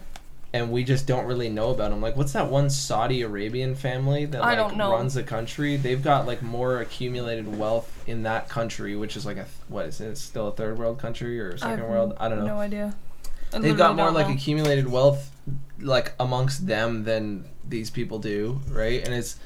Speaker 2: and we just don't really know about them. Like, what's that one Saudi Arabian family that
Speaker 1: I
Speaker 2: like,
Speaker 1: don't know.
Speaker 2: runs the country? They've got like more accumulated wealth in that country, which is like a th- what is it? Still a third world country or a second world? I don't know.
Speaker 1: No idea. I
Speaker 2: They've
Speaker 1: literally
Speaker 2: got more
Speaker 1: don't
Speaker 2: like
Speaker 1: know.
Speaker 2: accumulated wealth, like amongst them than these people do, right? And it's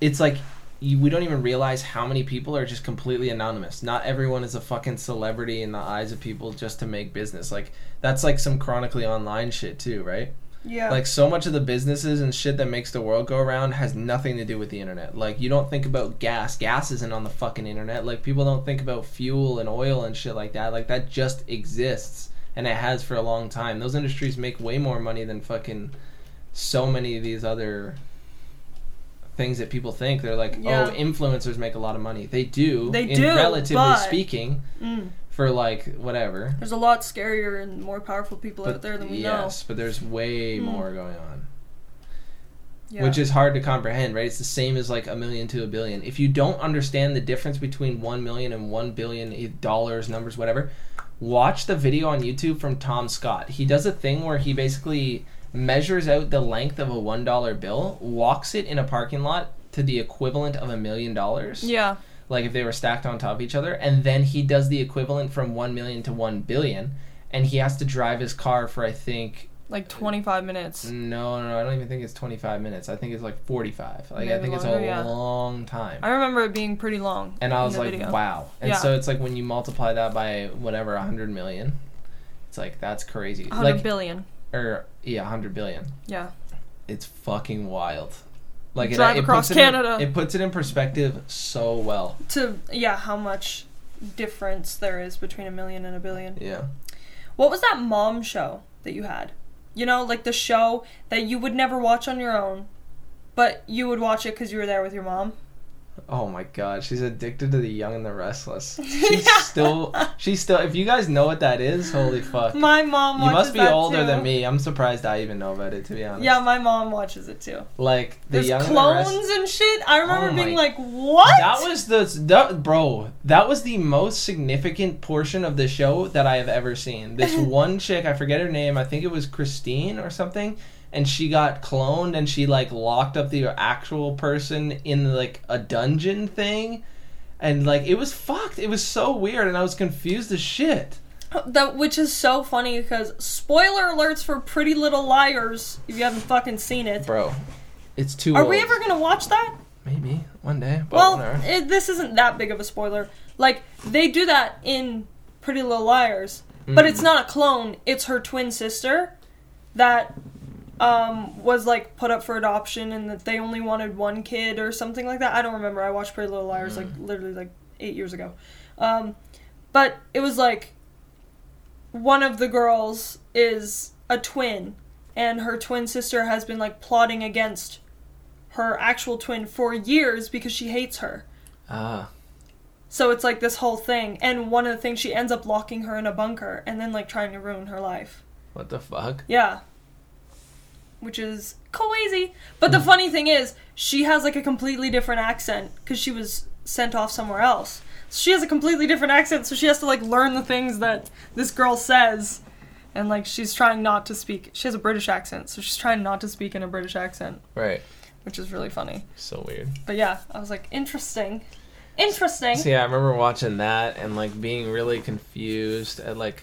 Speaker 2: it's like. You, we don't even realize how many people are just completely anonymous. Not everyone is a fucking celebrity in the eyes of people just to make business. Like that's like some chronically online shit too, right?
Speaker 1: yeah.
Speaker 2: Like so much of the businesses and shit that makes the world go around has nothing to do with the internet. Like you don't think about gas. Gas isn't on the fucking internet. Like people don't think about fuel and oil and shit like that. Like that just exists and it has for a long time. Those industries make way more money than fucking so many of these other things that people think. They're like,
Speaker 1: Yeah.
Speaker 2: "Oh, influencers make a lot of money." They do.
Speaker 1: They
Speaker 2: in
Speaker 1: do,
Speaker 2: relatively
Speaker 1: but-
Speaker 2: speaking
Speaker 1: Mm.
Speaker 2: for like whatever.
Speaker 1: There's a lot scarier and more powerful people out there than we
Speaker 2: yes, but there's way
Speaker 1: Mm.
Speaker 2: more going on.
Speaker 1: know. Yeah.
Speaker 2: which is hard to comprehend, right? It's the same as like a million to a billion. If you don't understand the difference between one million and one billion i- dollars, numbers, whatever, watch the video on YouTube from Tom Scott. He does a thing where he basically measures out the length of a one dollar bill, walks it in a parking lot to the equivalent of a million dollars
Speaker 1: yeah.
Speaker 2: like if they were stacked on top of each other and then he does the equivalent from 1 million to 1 billion and he has to drive his car for i think
Speaker 1: Like 25 minutes.
Speaker 2: no, no, no. I don't even think it's 25 minutes. I think it's like 45. Like I
Speaker 1: Maybe
Speaker 2: think it's
Speaker 1: longer,
Speaker 2: a
Speaker 1: yeah.
Speaker 2: long time.
Speaker 1: I remember it being pretty long.
Speaker 2: and I
Speaker 1: in
Speaker 2: was
Speaker 1: the
Speaker 2: like,
Speaker 1: video.
Speaker 2: wow. And
Speaker 1: Yeah.
Speaker 2: so it's like when you multiply that by whatever 100 million, it's like that's crazy.
Speaker 1: 100
Speaker 2: Like
Speaker 1: billion.
Speaker 2: or yeah, 100 billion.
Speaker 1: Yeah.
Speaker 2: It's fucking wild. Like it-
Speaker 1: Drive
Speaker 2: it,
Speaker 1: across
Speaker 2: puts it in-
Speaker 1: Canada.
Speaker 2: it puts it in perspective so well.
Speaker 1: to yeah how much difference there is between a million and a billion
Speaker 2: Yeah.
Speaker 1: what was that mom show that you had you know like the show that you would never watch on your own but you would watch it because you were there with your mom
Speaker 2: Oh my god, she's addicted to the young and the
Speaker 1: (laughs)
Speaker 2: restless. She's still she's still if you guys know what that is,
Speaker 1: (laughs)
Speaker 2: holy fuck. You
Speaker 1: My mom watches
Speaker 2: must be
Speaker 1: that
Speaker 2: older
Speaker 1: too.
Speaker 2: than me. I'm surprised I even know about it to be honest.
Speaker 1: Yeah, my mom watches it too.
Speaker 2: Like the
Speaker 1: There's
Speaker 2: young and the
Speaker 1: clones
Speaker 2: Restless-
Speaker 1: and shit. I remember
Speaker 2: Oh
Speaker 1: being
Speaker 2: my-
Speaker 1: like, "What?"
Speaker 2: That was the that, bro. That was the most significant portion of the show that I have ever
Speaker 1: (laughs)
Speaker 2: seen. This one chick, I forget her name. I think it was Christine or something, and she got cloned and she like locked up the actual person in like a dungeon thing, and like it was fucked. It was so weird, and I was confused as shit.
Speaker 1: That which is so funny because spoiler alerts for Pretty Little Liars. If you haven't fucking seen it,
Speaker 2: Bro, it's too.
Speaker 1: are
Speaker 2: old.
Speaker 1: we ever gonna watch that?
Speaker 2: Maybe one day. But
Speaker 1: Well,
Speaker 2: whatever.
Speaker 1: it, this isn't that big of a spoiler. Like they do that in Pretty Little Liars, but it's not a clone. It's her twin sister that um, was like put up for adoption, and that they only wanted one kid or something like that. I don't remember. I watched Pretty Little Liars like literally like eight years ago, um, but it was like one of the girls is a twin, and her twin sister has been like plotting against her actual twin for years because she hates her.
Speaker 2: Ah,
Speaker 1: So it's like this whole thing. And one of the things she ends up locking her in a bunker and then like trying to ruin her life.
Speaker 2: what the fuck?
Speaker 1: Yeah. Which is crazy. But the funny thing is, she has like a completely different accent because she was sent off somewhere else. She has a completely different accent, so she has to like learn the things that this girl says. And like she's trying not to speak. She has a British accent, so she's trying not to speak in a British accent,
Speaker 2: Right.
Speaker 1: which is really funny.
Speaker 2: So weird.
Speaker 1: But yeah, I was like, interesting. Interesting.
Speaker 2: So yeah, I remember watching that and like being really confused at like,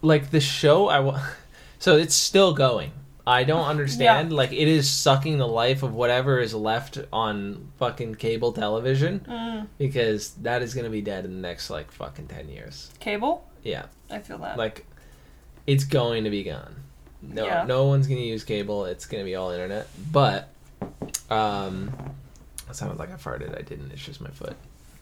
Speaker 2: like the show. I wa- (laughs) so it's still going. I don't understand. Like it is sucking the life of whatever is left on fucking cable television because that is gonna be dead in the next like fucking ten years.
Speaker 1: Cable?
Speaker 2: Yeah,
Speaker 1: I feel that.
Speaker 2: like it's going to be gone. No,
Speaker 1: Yeah.
Speaker 2: no one's gonna use cable. It's gonna be all internet. But, um, it sounded like I farted. I didn't. It's just my foot.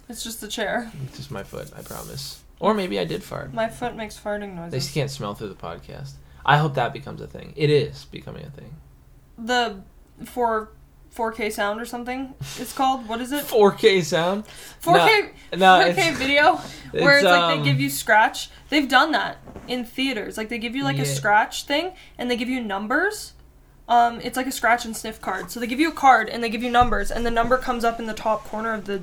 Speaker 1: it's just the chair.
Speaker 2: It's just my foot, I promise. Or maybe I did fart.
Speaker 1: My foot makes farting
Speaker 2: They just
Speaker 1: noises.
Speaker 2: can't smell through the podcast. I hope that becomes a thing. It is becoming a thing. (laughs)
Speaker 1: The four 4K sound or something it's called. What is it?
Speaker 2: 4K sound?
Speaker 1: 4K
Speaker 2: No,
Speaker 1: 4K
Speaker 2: it's- (laughs)
Speaker 1: video where
Speaker 2: it's,
Speaker 1: it's like
Speaker 2: um,
Speaker 1: they give you scratch. They've done that in theaters. Like they give you like
Speaker 2: Yeah.
Speaker 1: a scratch thing and they give you numbers. Um, it's like a scratch and sniff card. So they give you a card and they give you numbers and the number comes up in the top corner of the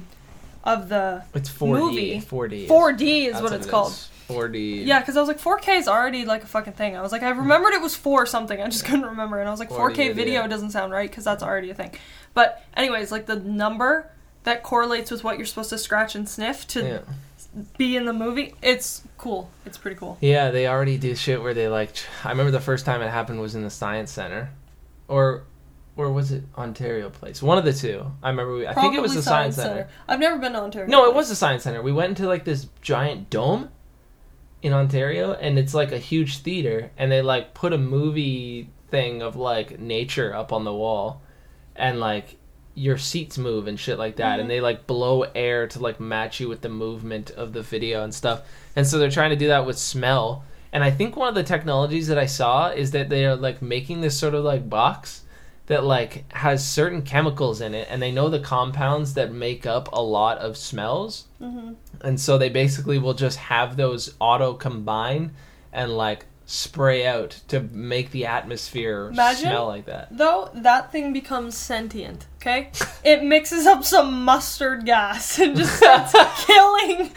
Speaker 1: of the
Speaker 2: um, It's 4D.
Speaker 1: Movie.
Speaker 2: 4D.
Speaker 1: 4D is
Speaker 2: That's
Speaker 1: what it's called.
Speaker 2: is. 4D.
Speaker 1: Yeah, because I was like, 4K is already like a fucking thing. I was like, I remembered it was four something. I just (laughs) couldn't remember, and I was like, 4K
Speaker 2: Already
Speaker 1: video,
Speaker 2: did, yeah.
Speaker 1: doesn't sound right because that's already a thing. But anyways, like the number that correlates with what you're supposed to scratch and sniff to
Speaker 2: Yeah.
Speaker 1: be in the movie, it's cool. It's pretty cool.
Speaker 2: Yeah, they already do shit where they like. I remember the first time it happened was in the Science Center, or, or was it Ontario Place? One of the two. I remember. We, I think it was the Science Center.
Speaker 1: I've never been to Ontario.
Speaker 2: No, it was the Science Center. We went into like this giant dome in Ontario, and it's like a huge theater, and they like put a movie thing of like nature up on the wall, and like your seats move and shit like that, and they like blow air to like match you with the movement of the video and stuff. And so they're trying to do that with smell. And I think one of the technologies that I saw is that they are like making this sort of like box that like has certain chemicals in it and they know the compounds that make up a lot of smells and so they basically will just have those auto combine and like spray out to make the atmosphere
Speaker 1: Imagine.
Speaker 2: smell like that
Speaker 1: Though that thing becomes sentient,
Speaker 2: (laughs)
Speaker 1: okay? It mixes up some mustard gas (laughs) and just
Speaker 2: (laughs)
Speaker 1: starts killing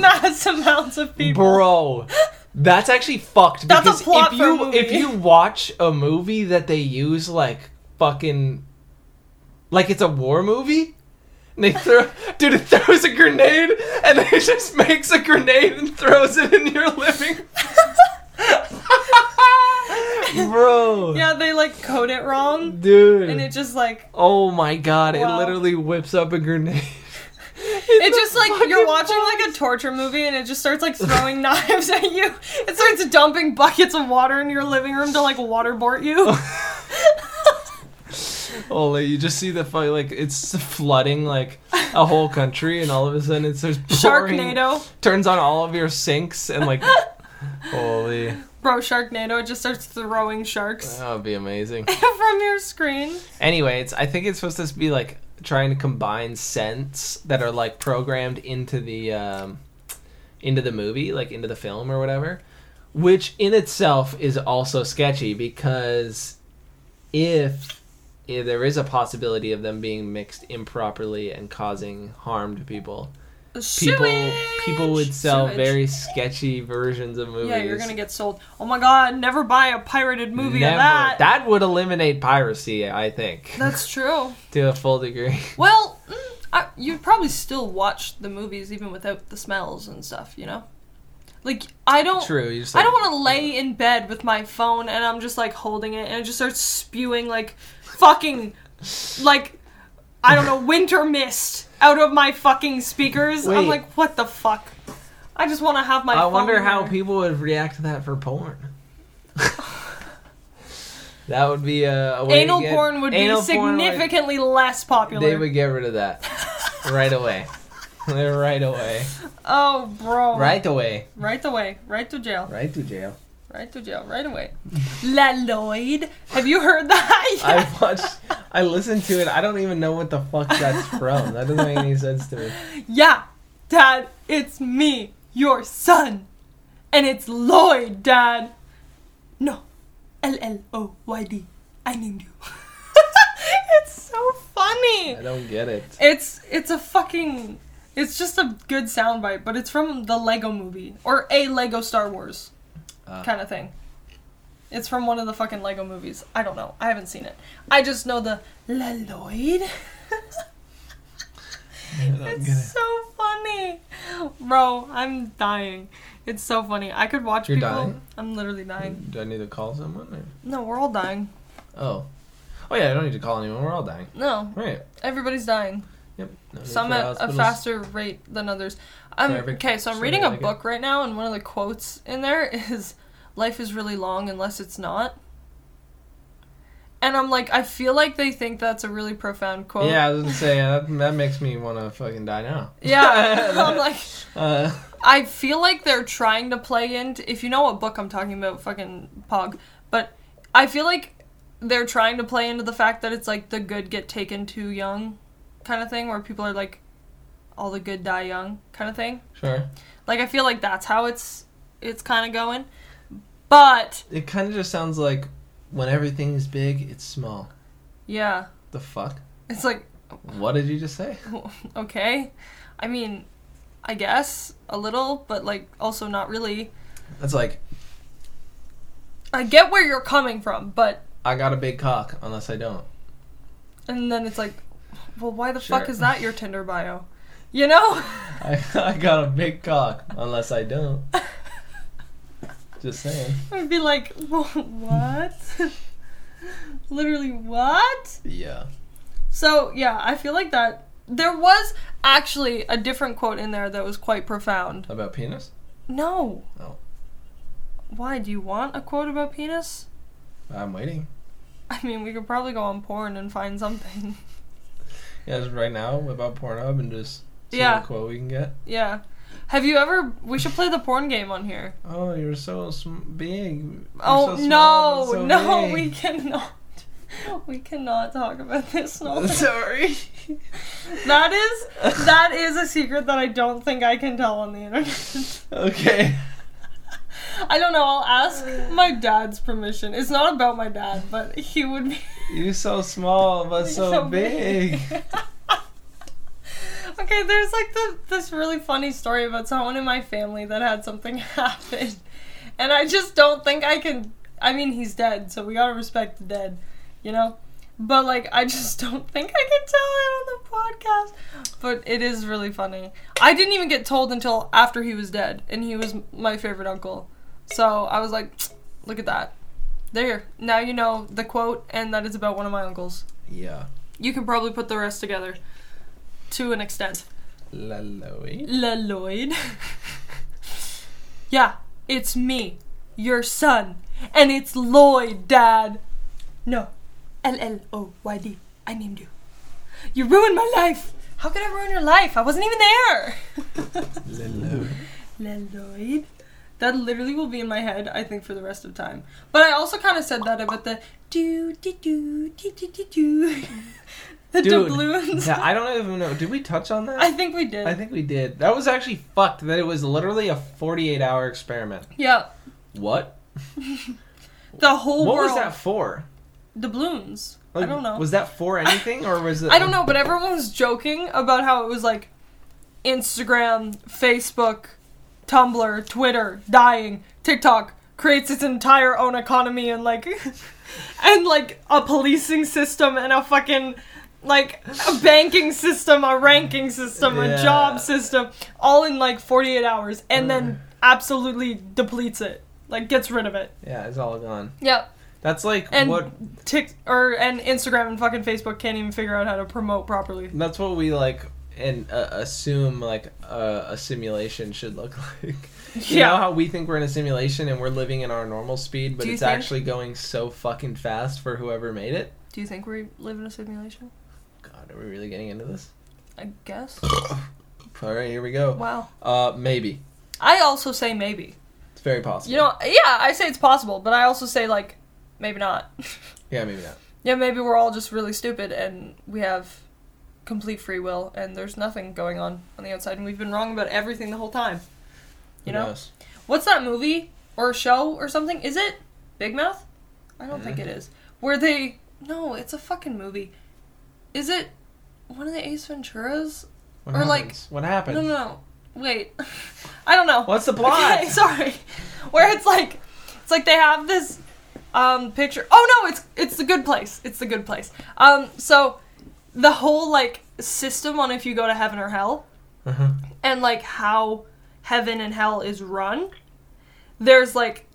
Speaker 1: mass amounts of people.
Speaker 2: bro that's actually fucked
Speaker 1: That's a
Speaker 2: because
Speaker 1: plot
Speaker 2: if
Speaker 1: for a
Speaker 2: you
Speaker 1: movie.
Speaker 2: if you watch a movie that they use like fucking like it's a war movie and they throw dude it throws a grenade and it just makes a grenade and throws it in your living (laughs) bro
Speaker 1: Yeah, they like code it wrong.
Speaker 2: dude
Speaker 1: and it just
Speaker 2: (laughs)
Speaker 1: like
Speaker 2: oh my god
Speaker 1: Wow.
Speaker 2: it literally whips up a grenade
Speaker 1: it just like you're watching like a torture movie and it just starts like throwing (laughs) knives at you it
Speaker 2: (laughs)
Speaker 1: starts dumping buckets of water in your living room to like waterboard
Speaker 2: (laughs)
Speaker 1: you
Speaker 2: Holy, you just see the fu- like it's flooding like a whole country, and all of a sudden it's there's pouring,
Speaker 1: sharknado
Speaker 2: turns on all of your sinks and like (laughs) holy,
Speaker 1: bro sharknado it just starts throwing sharks (laughs)
Speaker 2: that would be amazing.
Speaker 1: from your screen
Speaker 2: anyway, it's I think it's supposed to be like trying to combine scents that are like programmed into the um, into the movie, like into the film or whatever, which in itself is also sketchy because if, if there is a possibility of them being mixed improperly and causing harm to people, people people would sell
Speaker 1: Sewage.
Speaker 2: very sketchy versions of movies.
Speaker 1: Yeah, you're gonna get sold. Oh my god, never buy a pirated movie
Speaker 2: Never.
Speaker 1: of that.
Speaker 2: would eliminate piracy, I think,
Speaker 1: (laughs) That's true.
Speaker 2: to a full degree. (laughs)
Speaker 1: Well, mm, I, you'd probably still watch the movies even without the smells and stuff, you know? Like, I don't.
Speaker 2: True. You just
Speaker 1: I don't
Speaker 2: like-
Speaker 1: want to lay in bed with my phone and I'm just like holding it and it just starts spewing like fucking like I
Speaker 2: (laughs)
Speaker 1: don't know winter mist out of my fucking speakers.
Speaker 2: Wait.
Speaker 1: I'm like, what the fuck? I just want to have my.
Speaker 2: I
Speaker 1: phone
Speaker 2: wonder how
Speaker 1: there.
Speaker 2: people would react to that for
Speaker 1: (laughs)
Speaker 2: porn. that would be a, a way to
Speaker 1: anal
Speaker 2: get-
Speaker 1: porn would
Speaker 2: anal
Speaker 1: be
Speaker 2: porn would-
Speaker 1: significantly less popular.
Speaker 2: they would get rid
Speaker 1: (laughs)
Speaker 2: of that right away. right away.
Speaker 1: Oh, bro.
Speaker 2: Right away.
Speaker 1: Right away. Right to jail.
Speaker 2: Right to jail.
Speaker 1: Right to jail. Right away. (laughs) La Lloyd. Have you heard that? (laughs)
Speaker 2: I watched. I listened to it. I don't even know what the fuck that's from. That doesn't make any sense to me.
Speaker 1: Yeah, Dad, it's me, your son. And it's Lloyd, Dad. No, L L O Y D. I named you. (laughs) it's so funny.
Speaker 2: I don't get it.
Speaker 1: It's it's a fucking it's just a good soundbite, but it's from the Lego movie or a Lego Star Wars
Speaker 2: Uh.
Speaker 1: kind of thing. It's from one of the fucking Lego movies. I don't know. I haven't seen it. I just know the La Lloyd. (laughs)
Speaker 2: I don't get
Speaker 1: It's
Speaker 2: it.
Speaker 1: so funny. Bro, I'm dying. It's so funny. I could watch
Speaker 2: You're
Speaker 1: people.
Speaker 2: dying?
Speaker 1: I'm literally dying.
Speaker 2: Do I need to call someone? Or?
Speaker 1: No, we're all dying.
Speaker 2: Oh. Oh yeah, I don't need to call anyone. We're all dying.
Speaker 1: No,
Speaker 2: Right.
Speaker 1: everybody's dying.
Speaker 2: Yep. No need
Speaker 1: Some
Speaker 2: for
Speaker 1: at a
Speaker 2: hospitals.
Speaker 1: faster rate than others. I'm,
Speaker 2: every-
Speaker 1: okay, so I'm
Speaker 2: so
Speaker 1: reading a
Speaker 2: like it.
Speaker 1: book right now, and one of the quotes in there (laughs) is Life is really long unless it's not. And I'm like, I feel like they think that's a really profound quote.
Speaker 2: Yeah, I was gonna say that, that makes me want to fucking die now. (laughs)
Speaker 1: Yeah. (laughs) I'm like,
Speaker 2: Uh,
Speaker 1: I feel like they're trying to play into. If you know what book I'm talking about, fucking Pog. But I feel like they're trying to play into the fact that it's like the good get taken too young kind of thing, where people are like, all the good die young kind of thing.
Speaker 2: sure.
Speaker 1: Like I feel like that's how it's it's kind of going. But
Speaker 2: It kind of just sounds like when everything is big, it's small.
Speaker 1: yeah,
Speaker 2: The fuck?
Speaker 1: it's like (laughs)
Speaker 2: What did you just say?
Speaker 1: okay. I mean, I guess a little, but like also not really.
Speaker 2: That's like
Speaker 1: I get where you're coming from, but
Speaker 2: I got a big cock unless I don't. (laughs)
Speaker 1: And then it's like, well, why the
Speaker 2: Sure.
Speaker 1: fuck is that your Tinder bio? You know? (laughs)
Speaker 2: I, I got a big cock unless I don't. Just saying.
Speaker 1: I'd be like, "Wha- what? (laughs) Literally, what?
Speaker 2: Yeah.
Speaker 1: So, yeah, I feel like that. There was actually a different quote in there that was quite profound.
Speaker 2: About penis?
Speaker 1: No.
Speaker 2: Oh.
Speaker 1: Why? Do you want a quote about penis?
Speaker 2: I'm waiting.
Speaker 1: I mean, we could probably go on porn and find something. (laughs)
Speaker 2: Yeah, just right now about Pornhub and just see
Speaker 1: Yeah.
Speaker 2: what quote we can get.
Speaker 1: yeah. Have you ever. We should play the porn game on here.
Speaker 2: Oh, you're so sm- big. You're
Speaker 1: Oh
Speaker 2: so
Speaker 1: no,
Speaker 2: small, but so
Speaker 1: no,
Speaker 2: big.
Speaker 1: we cannot. (laughs) We cannot talk about
Speaker 2: (laughs)
Speaker 1: this. No.
Speaker 2: Sorry.
Speaker 1: that is that is a secret that I don't think I can tell on the internet.
Speaker 2: Okay.
Speaker 1: I don't know. I'll ask my dad's permission. It's not about my dad, but he would be
Speaker 2: You so small but
Speaker 1: (laughs)
Speaker 2: so, big. (laughs)
Speaker 1: okay, there's like the, this really funny story about someone in my family that had something (laughs) happen, and I just don't think I can. I mean, he's dead, so we gotta respect the dead, you know. But like, I just (laughs) don't think I can tell it on the podcast. But it is really funny. I didn't even get told until after he was dead, and he was my favorite uncle. So I was like, look at that. There, now you know the quote, and that it's about one of my uncles.
Speaker 2: Yeah.
Speaker 1: You can probably put the rest together to an extent.
Speaker 2: La Lloyd.
Speaker 1: La Lloyd. yeah, it's me, your son, and it's Lloyd, Dad. No, L L O Y D. I named you. You ruined my life. How could I ruin your life? I wasn't even there.
Speaker 2: La Lloyd.
Speaker 1: La Lloyd. That literally will be in my head, I think, for the rest of time. But I also kind of said that about the do (laughs) do do do do do do. The
Speaker 2: Dude,
Speaker 1: doubloons.
Speaker 2: yeah, I don't even know. Did we touch on that?
Speaker 1: I think we did.
Speaker 2: I think we did. That was actually fucked. That it was literally a 48 hour experiment.
Speaker 1: yeah.
Speaker 2: What?
Speaker 1: The whole
Speaker 2: What
Speaker 1: world.
Speaker 2: was that for?
Speaker 1: Doubloons. I
Speaker 2: Like,
Speaker 1: don't know.
Speaker 2: Was that for anything or was it?
Speaker 1: I don't know, but everyone was joking about how it was like Instagram, Facebook, Tumblr, Twitter, dying, TikTok creates its entire own economy and like (laughs) and like a policing system and a fucking like a banking system, a ranking system, a
Speaker 2: Yeah.
Speaker 1: job system, all in like 48 hours and then
Speaker 2: Uh.
Speaker 1: absolutely depletes it. Like gets rid of it.
Speaker 2: Yeah, it's all gone.
Speaker 1: Yep.
Speaker 2: That's like
Speaker 1: And
Speaker 2: what.
Speaker 1: Tik or and Instagram and fucking Facebook can't even figure out how to promote properly.
Speaker 2: That's what we like and uh, assume like uh, a simulation should look (laughs) like. You know how we think we're in a simulation and we're living in our normal speed, but
Speaker 1: Do you
Speaker 2: it's
Speaker 1: think-
Speaker 2: actually going so fucking fast for whoever made it.
Speaker 1: Do you think we live in a simulation?
Speaker 2: God, are we really getting into this?
Speaker 1: I guess.
Speaker 2: All right, here we go.
Speaker 1: wow.
Speaker 2: Uh, maybe
Speaker 1: I also say maybe.
Speaker 2: it's very possible.
Speaker 1: You know, yeah, I say it's possible, but I also say like maybe not. (laughs)
Speaker 2: yeah, maybe not.
Speaker 1: yeah, maybe we're all just really stupid and we have complete free will and there's nothing going on on the outside and we've been wrong about everything the whole time.
Speaker 2: Who
Speaker 1: You know?
Speaker 2: knows?
Speaker 1: What's that movie or show or something? Is it Big Mouth? I don't think it is. Where they No, it's a fucking movie. Is it one of the Ace Venturas?
Speaker 2: What
Speaker 1: Or, like-
Speaker 2: happens? what happened?
Speaker 1: No, no, no. Wait. (laughs) I don't know.
Speaker 2: What's the plot?
Speaker 1: Okay, (laughs) sorry. Where it's like it's like they have this um picture. Oh no, it's it's the good place. It's the good place. Um so the whole like system on if you go to heaven or hell
Speaker 2: Uh-huh.
Speaker 1: and like how heaven and hell is run. There's like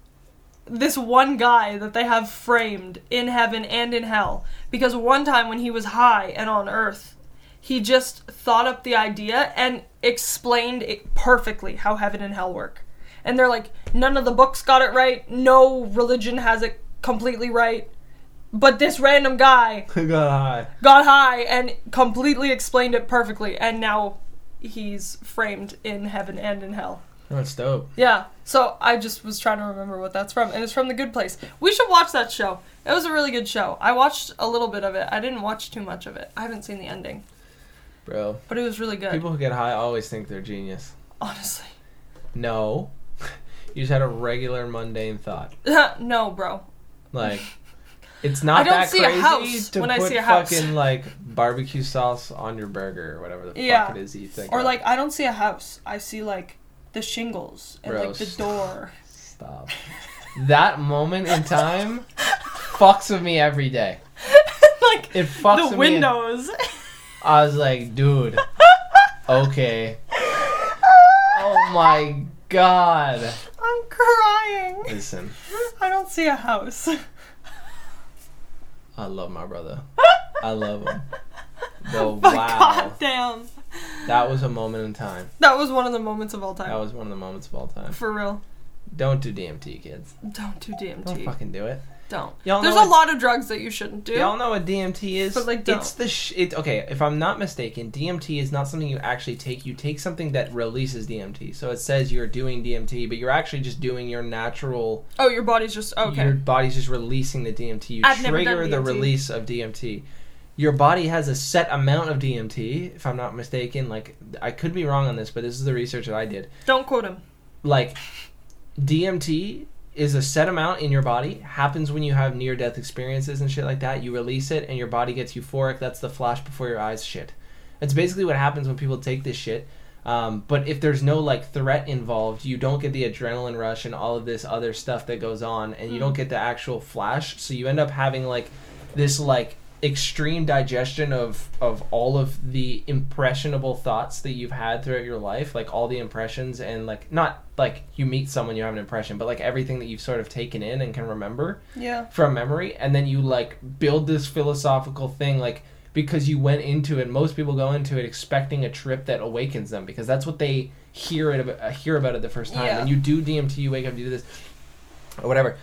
Speaker 1: this one guy that they have framed in heaven and in hell because one time when he was high and on earth, he just thought up the idea and explained it perfectly how heaven and hell work. And they're like, none of the books got it right, no religion has it completely right, but this random guy
Speaker 2: (laughs) God, hi.
Speaker 1: got high and completely explained it perfectly and now he's framed in heaven and in hell
Speaker 2: That's dope.
Speaker 1: yeah so i just was trying to remember what that's from and it's from the good place we should watch that show it was a really good show i watched a little bit of it i didn't watch too much of it i haven't seen the ending
Speaker 2: Bro,
Speaker 1: but it was really good
Speaker 2: people who get high always think they're genius.
Speaker 1: honestly
Speaker 2: No. (laughs) You just had a regular mundane thought.
Speaker 1: (laughs) no bro (laughs)
Speaker 2: Like it's not
Speaker 1: I don't
Speaker 2: that
Speaker 1: see a
Speaker 2: crazy
Speaker 1: house
Speaker 2: to
Speaker 1: when I
Speaker 2: put
Speaker 1: see a house.
Speaker 2: fucking like barbecue sauce on your burger or whatever the
Speaker 1: Yeah.
Speaker 2: fuck it is that you think.
Speaker 1: or
Speaker 2: of.
Speaker 1: like i don't see a house i see like the shingles and like the
Speaker 2: Gross. (laughs)
Speaker 1: door (laughs)
Speaker 2: stop. That moment in time fucks with me every day.
Speaker 1: like
Speaker 2: It fucks with
Speaker 1: the
Speaker 2: me.
Speaker 1: windows
Speaker 2: I was like, dude,
Speaker 1: (laughs)
Speaker 2: okay. Oh my god.
Speaker 1: i'm crying
Speaker 2: Listen,
Speaker 1: i don't see a house (laughs)
Speaker 2: I love my brother. I love
Speaker 1: (laughs)
Speaker 2: him. But
Speaker 1: But
Speaker 2: wow.
Speaker 1: god damn.
Speaker 2: That was a moment in time.
Speaker 1: That was one of the moments of all time.
Speaker 2: That was one of the moments of all time.
Speaker 1: For real.
Speaker 2: Don't do DMT, kids.
Speaker 1: Don't do DMT.
Speaker 2: Don't
Speaker 1: Don't.
Speaker 2: fucking do it. Y'all
Speaker 1: Don't. There's
Speaker 2: know
Speaker 1: a
Speaker 2: it-
Speaker 1: lot of drugs that you shouldn't do.
Speaker 2: Y'all know what DMT is.
Speaker 1: But, like, don't.
Speaker 2: it's the sh- it, okay. If I'm not mistaken, DMT is not something you actually take. You take something that releases DMT. So it says you're doing DMT, but you're actually just doing your natural.
Speaker 1: Oh, your body's just okay.
Speaker 2: Your body's just releasing the DMT. You
Speaker 1: I've never done
Speaker 2: trigger the
Speaker 1: DMT.
Speaker 2: release of DMT. Your body has a set amount of DMT, if I'm not mistaken. Like I could be wrong on this, but this is the research that I did.
Speaker 1: Don't quote him.
Speaker 2: like DMT is a set amount in your body happens when you have near death experiences and shit like that you release it and your body gets euphoric that's the flash before your eyes shit that's basically what happens when people take this shit um, but if there's no like threat involved you don't get the adrenaline rush and all of this other stuff that goes on and you don't get the actual flash so you end up having like this like extreme digestion of of all of the impressionable thoughts that you've had throughout your life like all the impressions and like not like you meet someone you have an impression but like everything that you've sort of taken in and can remember
Speaker 1: Yeah.
Speaker 2: from memory and then you like build this philosophical thing like because you went into it most people go into it expecting a trip that awakens them because that's what they hear it ab- uh, hear about it the first time
Speaker 1: Yeah.
Speaker 2: and you do DMT you wake up you do this or whatever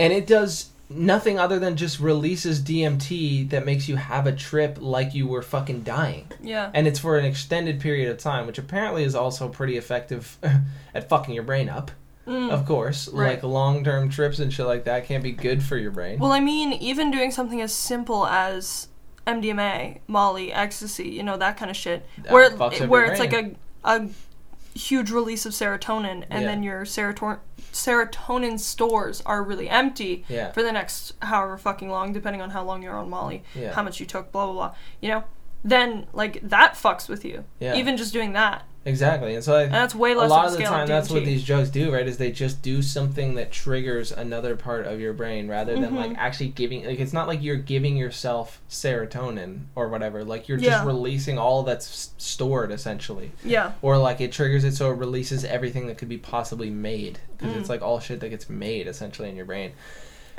Speaker 2: and it does nothing other than just releases DMT that makes you have a trip like you were fucking dying
Speaker 1: Yeah.
Speaker 2: and it's for an extended period of time which apparently is also pretty effective (laughs) at fucking your brain up
Speaker 1: Mm.
Speaker 2: of course
Speaker 1: Right.
Speaker 2: like long-term trips and shit like that can't be good for your brain
Speaker 1: Well, I mean, even doing something as simple as MDMA, Molly, ecstasy, you know that kind of shit,
Speaker 2: That
Speaker 1: where
Speaker 2: fucks up
Speaker 1: where
Speaker 2: your
Speaker 1: it's like
Speaker 2: brain.
Speaker 1: a a huge release of serotonin, and
Speaker 2: Yeah.
Speaker 1: then your serotonin serotonin stores are really empty
Speaker 2: Yeah.
Speaker 1: for the next however fucking long, depending on how long you're on Molly,
Speaker 2: Yeah.
Speaker 1: how much you took, blah blah blah. You know, then like that fucks with you.
Speaker 2: Yeah.
Speaker 1: Even just doing that,
Speaker 2: Exactly, and so I,
Speaker 1: and that's way less.
Speaker 2: a lot
Speaker 1: of a
Speaker 2: of the
Speaker 1: scale
Speaker 2: time that's what
Speaker 1: DMT.
Speaker 2: these drugs do right is they just do something that triggers another part of your brain rather than
Speaker 1: Mm-hmm.
Speaker 2: like actually giving like it's not like you're giving yourself serotonin or whatever like you're
Speaker 1: Yeah.
Speaker 2: just releasing all that's s- stored essentially
Speaker 1: Yeah.
Speaker 2: or like it triggers it so it releases everything that could be possibly made because
Speaker 1: Mm.
Speaker 2: it's like all shit that gets made essentially in your brain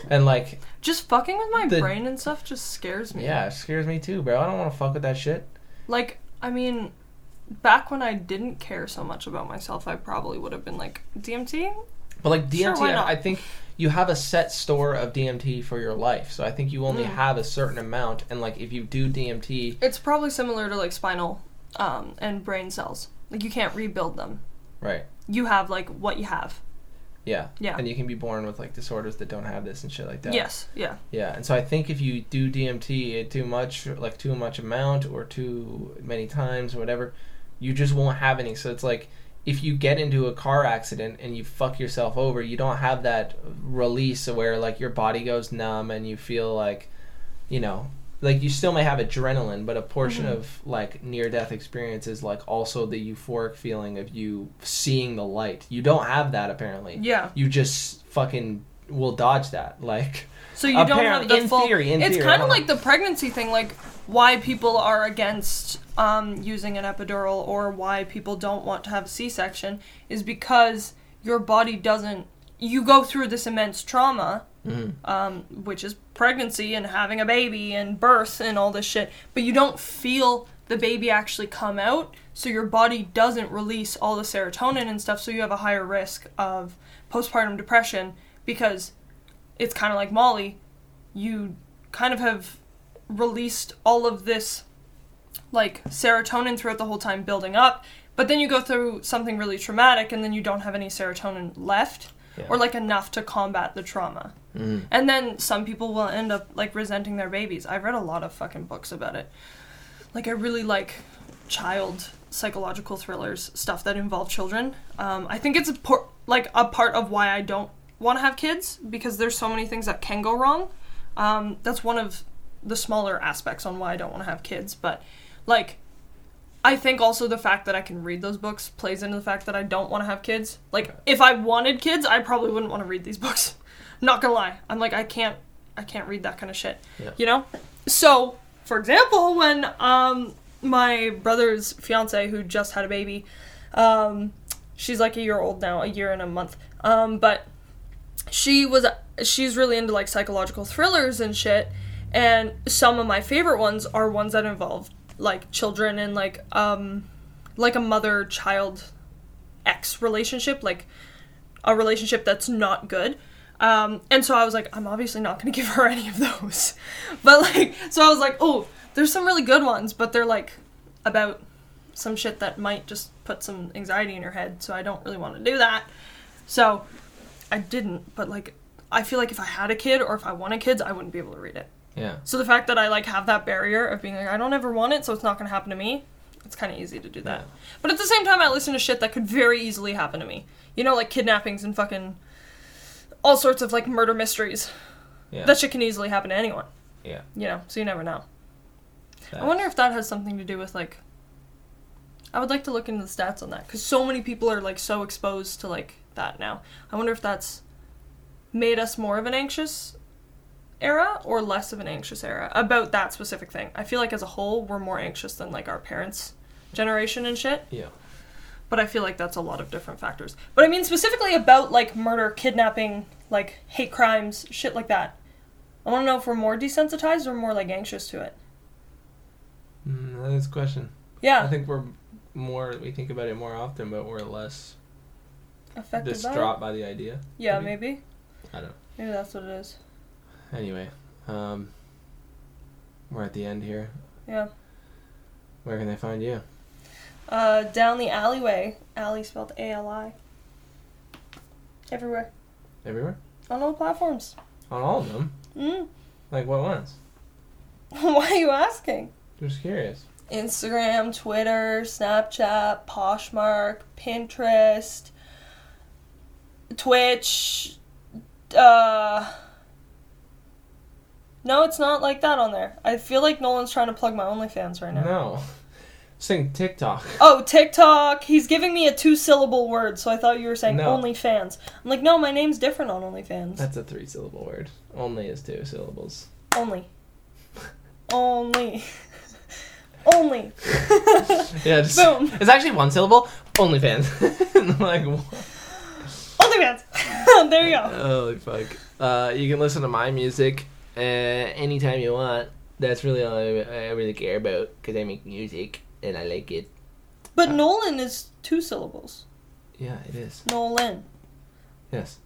Speaker 2: and like
Speaker 1: Just fucking with my
Speaker 2: The-
Speaker 1: brain and stuff just scares me.
Speaker 2: yeah it scares me too bro i don't want to fuck with that shit
Speaker 1: Like, I mean, back when I didn't care so much about myself, I probably would have been like, DMT?
Speaker 2: But like DMT,
Speaker 1: why not?
Speaker 2: I I think you have a set store of DMT for your life, so I think you
Speaker 1: Mm.
Speaker 2: only have a certain amount. And like if you do DMT,
Speaker 1: It's probably similar to like spinal um, and brain cells. Like, you can't rebuild them.
Speaker 2: right?
Speaker 1: You have like what you have.
Speaker 2: Yeah,
Speaker 1: Yeah.
Speaker 2: And you can be born with like disorders that don't have this and shit like that.
Speaker 1: Yes, yeah.
Speaker 2: Yeah, and so I think if you do DMT at too much, like too much amount or too many times or whatever, you just won't have any. So it's like if you get into a car accident and you fuck yourself over, you don't have that release where like your body goes numb and you feel like, you know, like you still may have adrenaline, but a portion of like near death experience is like also the euphoric feeling of you seeing the light. You don't have that apparently.
Speaker 1: Yeah.
Speaker 2: You just fucking will dodge that. Like
Speaker 1: So you don't
Speaker 2: Apparently-
Speaker 1: have the
Speaker 2: in
Speaker 1: full.
Speaker 2: theory, in
Speaker 1: it's
Speaker 2: theory,
Speaker 1: kind
Speaker 2: I
Speaker 1: of
Speaker 2: don't
Speaker 1: like the pregnancy thing, like why people are against um, using an epidural or why people don't want to have a C-section is because your body doesn't. You go through this immense trauma,
Speaker 2: Mm-hmm.
Speaker 1: um, which is pregnancy and having a baby and birth and all this shit, but you don't feel the baby actually come out, so your body doesn't release all the serotonin and stuff, so you have a higher risk of postpartum depression because it's kind of like Molly, you kind of have released all of this like serotonin throughout the whole time building up, but then you go through something really traumatic and then you don't have any serotonin left or like enough to combat the trauma. And then some people will end up like resenting their babies. I've read a lot of fucking books about it. Like I really like child psychological thrillers, stuff that involve children. Um, I think it's a por- like a part of why I don't want to have kids because there's so many things that can go wrong. Um, that's one of the smaller aspects on why I don't want to have kids, but like I think also the fact that I can read those books plays into the fact that I don't want to have kids. Like if I wanted kids, I probably wouldn't want to read these (laughs) books. Not gonna lie. I'm like I can't I can't read that kind of shit.
Speaker 2: Yeah.
Speaker 1: You know? So, for example, when um my brother's fiance who just had a baby, um she's like a year old now, a year and a month. Um but she was she's really into like psychological thrillers and shit and some of my favorite ones are ones that involve like children and like um like a mother child ex relationship like a relationship that's not good um and so i was like i'm obviously not going to (laughs) give her any of those but like so i was like oh there's some really good ones but they're like about some shit that might just put some anxiety in your head so i don't really want to do that so I didn't, but like I feel like if I had a kid or if I wanted kids, I wouldn't be able to read it.
Speaker 2: yeah.
Speaker 1: So the fact that I like have that barrier of being like I don't ever want it, so it's not going to happen to me, it's kind of easy to do that.
Speaker 2: Yeah.
Speaker 1: But at the same time I listen to shit that could very easily happen to me. You know like kidnappings and fucking all sorts of like murder mysteries.
Speaker 2: Yeah.
Speaker 1: That shit can easily happen to anyone,
Speaker 2: yeah.
Speaker 1: you know, so you never know.
Speaker 2: That-
Speaker 1: I wonder if that has something to do with like I would like to look into the stats on that cuz so many people are like so exposed to like that now. I wonder if that's made us more of an anxious era or less of an anxious era about that specific thing. I feel like as a whole we're more anxious than like our parents generation and shit,
Speaker 2: Yeah.
Speaker 1: but I feel like that's a lot of different factors. But I mean specifically about like murder, kidnapping, like hate crimes, shit like that. I want to know if we're more desensitized or more like anxious to it.
Speaker 2: Mm, that is a question.
Speaker 1: Yeah.
Speaker 2: I think we're more we think about it more often, but we're less
Speaker 1: affected by it?
Speaker 2: distraught by the idea.
Speaker 1: Yeah,
Speaker 2: maybe.
Speaker 1: maybe.
Speaker 2: I don't.
Speaker 1: Maybe that's what it is.
Speaker 2: know. Anyway, um, we're at the end here.
Speaker 1: Yeah.
Speaker 2: Where can they find you?
Speaker 1: Uh, down the alleyway. Alley spelled A L I. Everywhere.
Speaker 2: Everywhere.
Speaker 1: On all platforms.
Speaker 2: On all of them.
Speaker 1: Mm. (laughs)
Speaker 2: Like what ones?
Speaker 1: Why are you asking?
Speaker 2: Just curious.
Speaker 1: Instagram, Twitter, Snapchat, Poshmark, Pinterest, Twitch. Uh, no, it's not like that on there. I feel like Nolan's trying to plug my OnlyFans right now.
Speaker 2: No. (laughs) Sing TikTok.
Speaker 1: Oh, TikTok. He's giving me a two syllable word, so I thought you were saying
Speaker 2: No.
Speaker 1: OnlyFans. I'm like, no, my name's different on OnlyFans.
Speaker 2: That's a three syllable word. Only is
Speaker 1: (laughs)
Speaker 2: two syllables.
Speaker 1: Only. Only. (laughs) Only. (laughs)
Speaker 2: Yeah, just,
Speaker 1: Boom.
Speaker 2: (laughs) It's actually one syllable. OnlyFans. And I'm (laughs) like, what?
Speaker 1: OnlyFans. (laughs) there you go.
Speaker 2: Holy fuck. Uh, you can listen to my music uh, anytime you want. That's really all I, I really care about because I make music and I like it.
Speaker 1: But Nolan is two syllables.
Speaker 2: Yeah, it is.
Speaker 1: Nolan.
Speaker 2: Yes.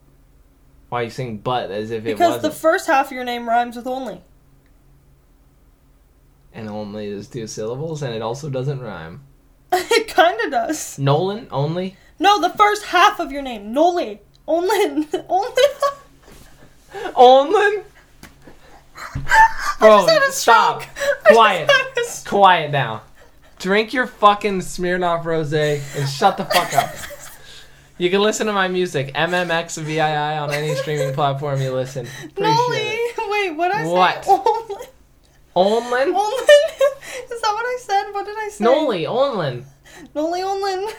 Speaker 2: Why are you saying but as if it
Speaker 1: Because
Speaker 2: wasn't?
Speaker 1: the first half of your name rhymes with only. (laughs)
Speaker 2: and only is two syllables and it also doesn't rhyme.
Speaker 1: it kinda does.
Speaker 2: Nolan, only?
Speaker 1: No, the first half of your name. Noli. Only. (laughs) Only.
Speaker 2: Only? Bro,
Speaker 1: had a
Speaker 2: stop.
Speaker 1: stroke. (laughs)
Speaker 2: Quiet.
Speaker 1: I just
Speaker 2: Quiet now. Drink your fucking Smirnoff Rose and shut the fuck up.
Speaker 1: (laughs)
Speaker 2: You can listen to my music, MMXVII, on any streaming platform you listen. Appreciate
Speaker 1: Noli.
Speaker 2: it.
Speaker 1: (laughs) Wait, what I
Speaker 2: What?
Speaker 1: say? Only. (laughs)
Speaker 2: Onlin?
Speaker 1: Only. (laughs) Is that what I said? What did I say?
Speaker 2: Noli, Onlin.
Speaker 1: Noli onlin.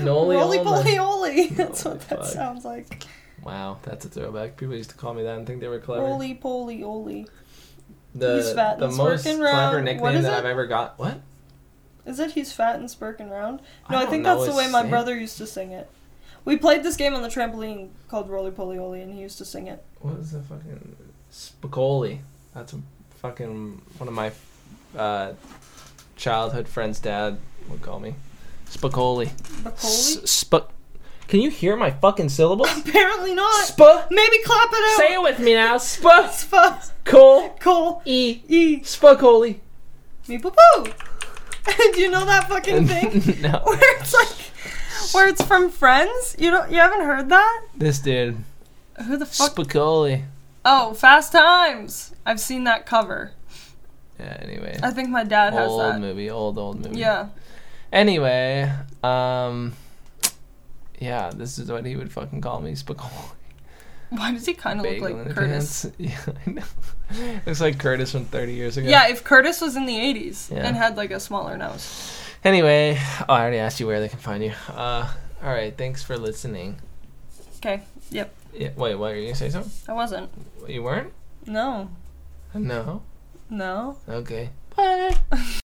Speaker 2: Noli,
Speaker 1: Roly
Speaker 2: Onlin.
Speaker 1: poly oly. (laughs) That's what that
Speaker 2: fuck.
Speaker 1: sounds like.
Speaker 2: Wow, that's a throwback. People used to call me that and think they were clever.
Speaker 1: Roly poly oly. He's
Speaker 2: the
Speaker 1: fat
Speaker 2: the
Speaker 1: and
Speaker 2: most
Speaker 1: smirking
Speaker 2: clever
Speaker 1: round. What
Speaker 2: nickname
Speaker 1: is it?
Speaker 2: that I've ever got. What?
Speaker 1: Is it he's fat and spurking round?
Speaker 2: I
Speaker 1: No, I,
Speaker 2: don't
Speaker 1: think
Speaker 2: know
Speaker 1: that's the
Speaker 2: his
Speaker 1: way my
Speaker 2: name.
Speaker 1: brother used to sing it. We played this game on the trampoline called Roly Poly Oly, and he used to sing it.
Speaker 2: What is the fucking Spicoli? That's a fucking one of my uh, childhood friend's dad would call me Spicoli.
Speaker 1: Bacoli?
Speaker 2: S- Sp- Can you hear my fucking syllables?
Speaker 1: (laughs) Apparently not.
Speaker 2: Sp.
Speaker 1: Maybe clap it out.
Speaker 2: Say it with me now. Sp.
Speaker 1: Sp- (laughs)
Speaker 2: Col.
Speaker 1: Col-
Speaker 2: E.
Speaker 1: E.
Speaker 2: Spicoli.
Speaker 1: Me poo poo. (laughs) Do you know that fucking
Speaker 2: (laughs)
Speaker 1: thing?
Speaker 2: no.
Speaker 1: (laughs) where it's like, where it's from Friends? You don't, you haven't heard that?
Speaker 2: This dude.
Speaker 1: Who the fuck?
Speaker 2: Spicoli.
Speaker 1: oh, Fast Times. I've seen that cover.
Speaker 2: Yeah. Anyway.
Speaker 1: I think my dad has
Speaker 2: Old
Speaker 1: that.
Speaker 2: movie. Old old movie.
Speaker 1: Yeah.
Speaker 2: Anyway, um, yeah, this is what he would fucking call
Speaker 1: (laughs)
Speaker 2: me, Spicoli.
Speaker 1: Why does he kind of look
Speaker 2: Bagel in
Speaker 1: like
Speaker 2: the
Speaker 1: Curtis?
Speaker 2: pants. (laughs) Yeah, I know. (laughs) Looks like Curtis from 30 years ago.
Speaker 1: Yeah, if Curtis was in the 80s
Speaker 2: Yeah.
Speaker 1: and had like a smaller nose.
Speaker 2: Anyway, oh, I already asked you where they can find you. Uh, all right, thanks for listening.
Speaker 1: Okay, yep,
Speaker 2: Yeah, wait, what? Were you gonna say something?
Speaker 1: I wasn't.
Speaker 2: You weren't?
Speaker 1: No,
Speaker 2: No.
Speaker 1: no.
Speaker 2: Okay. Bye.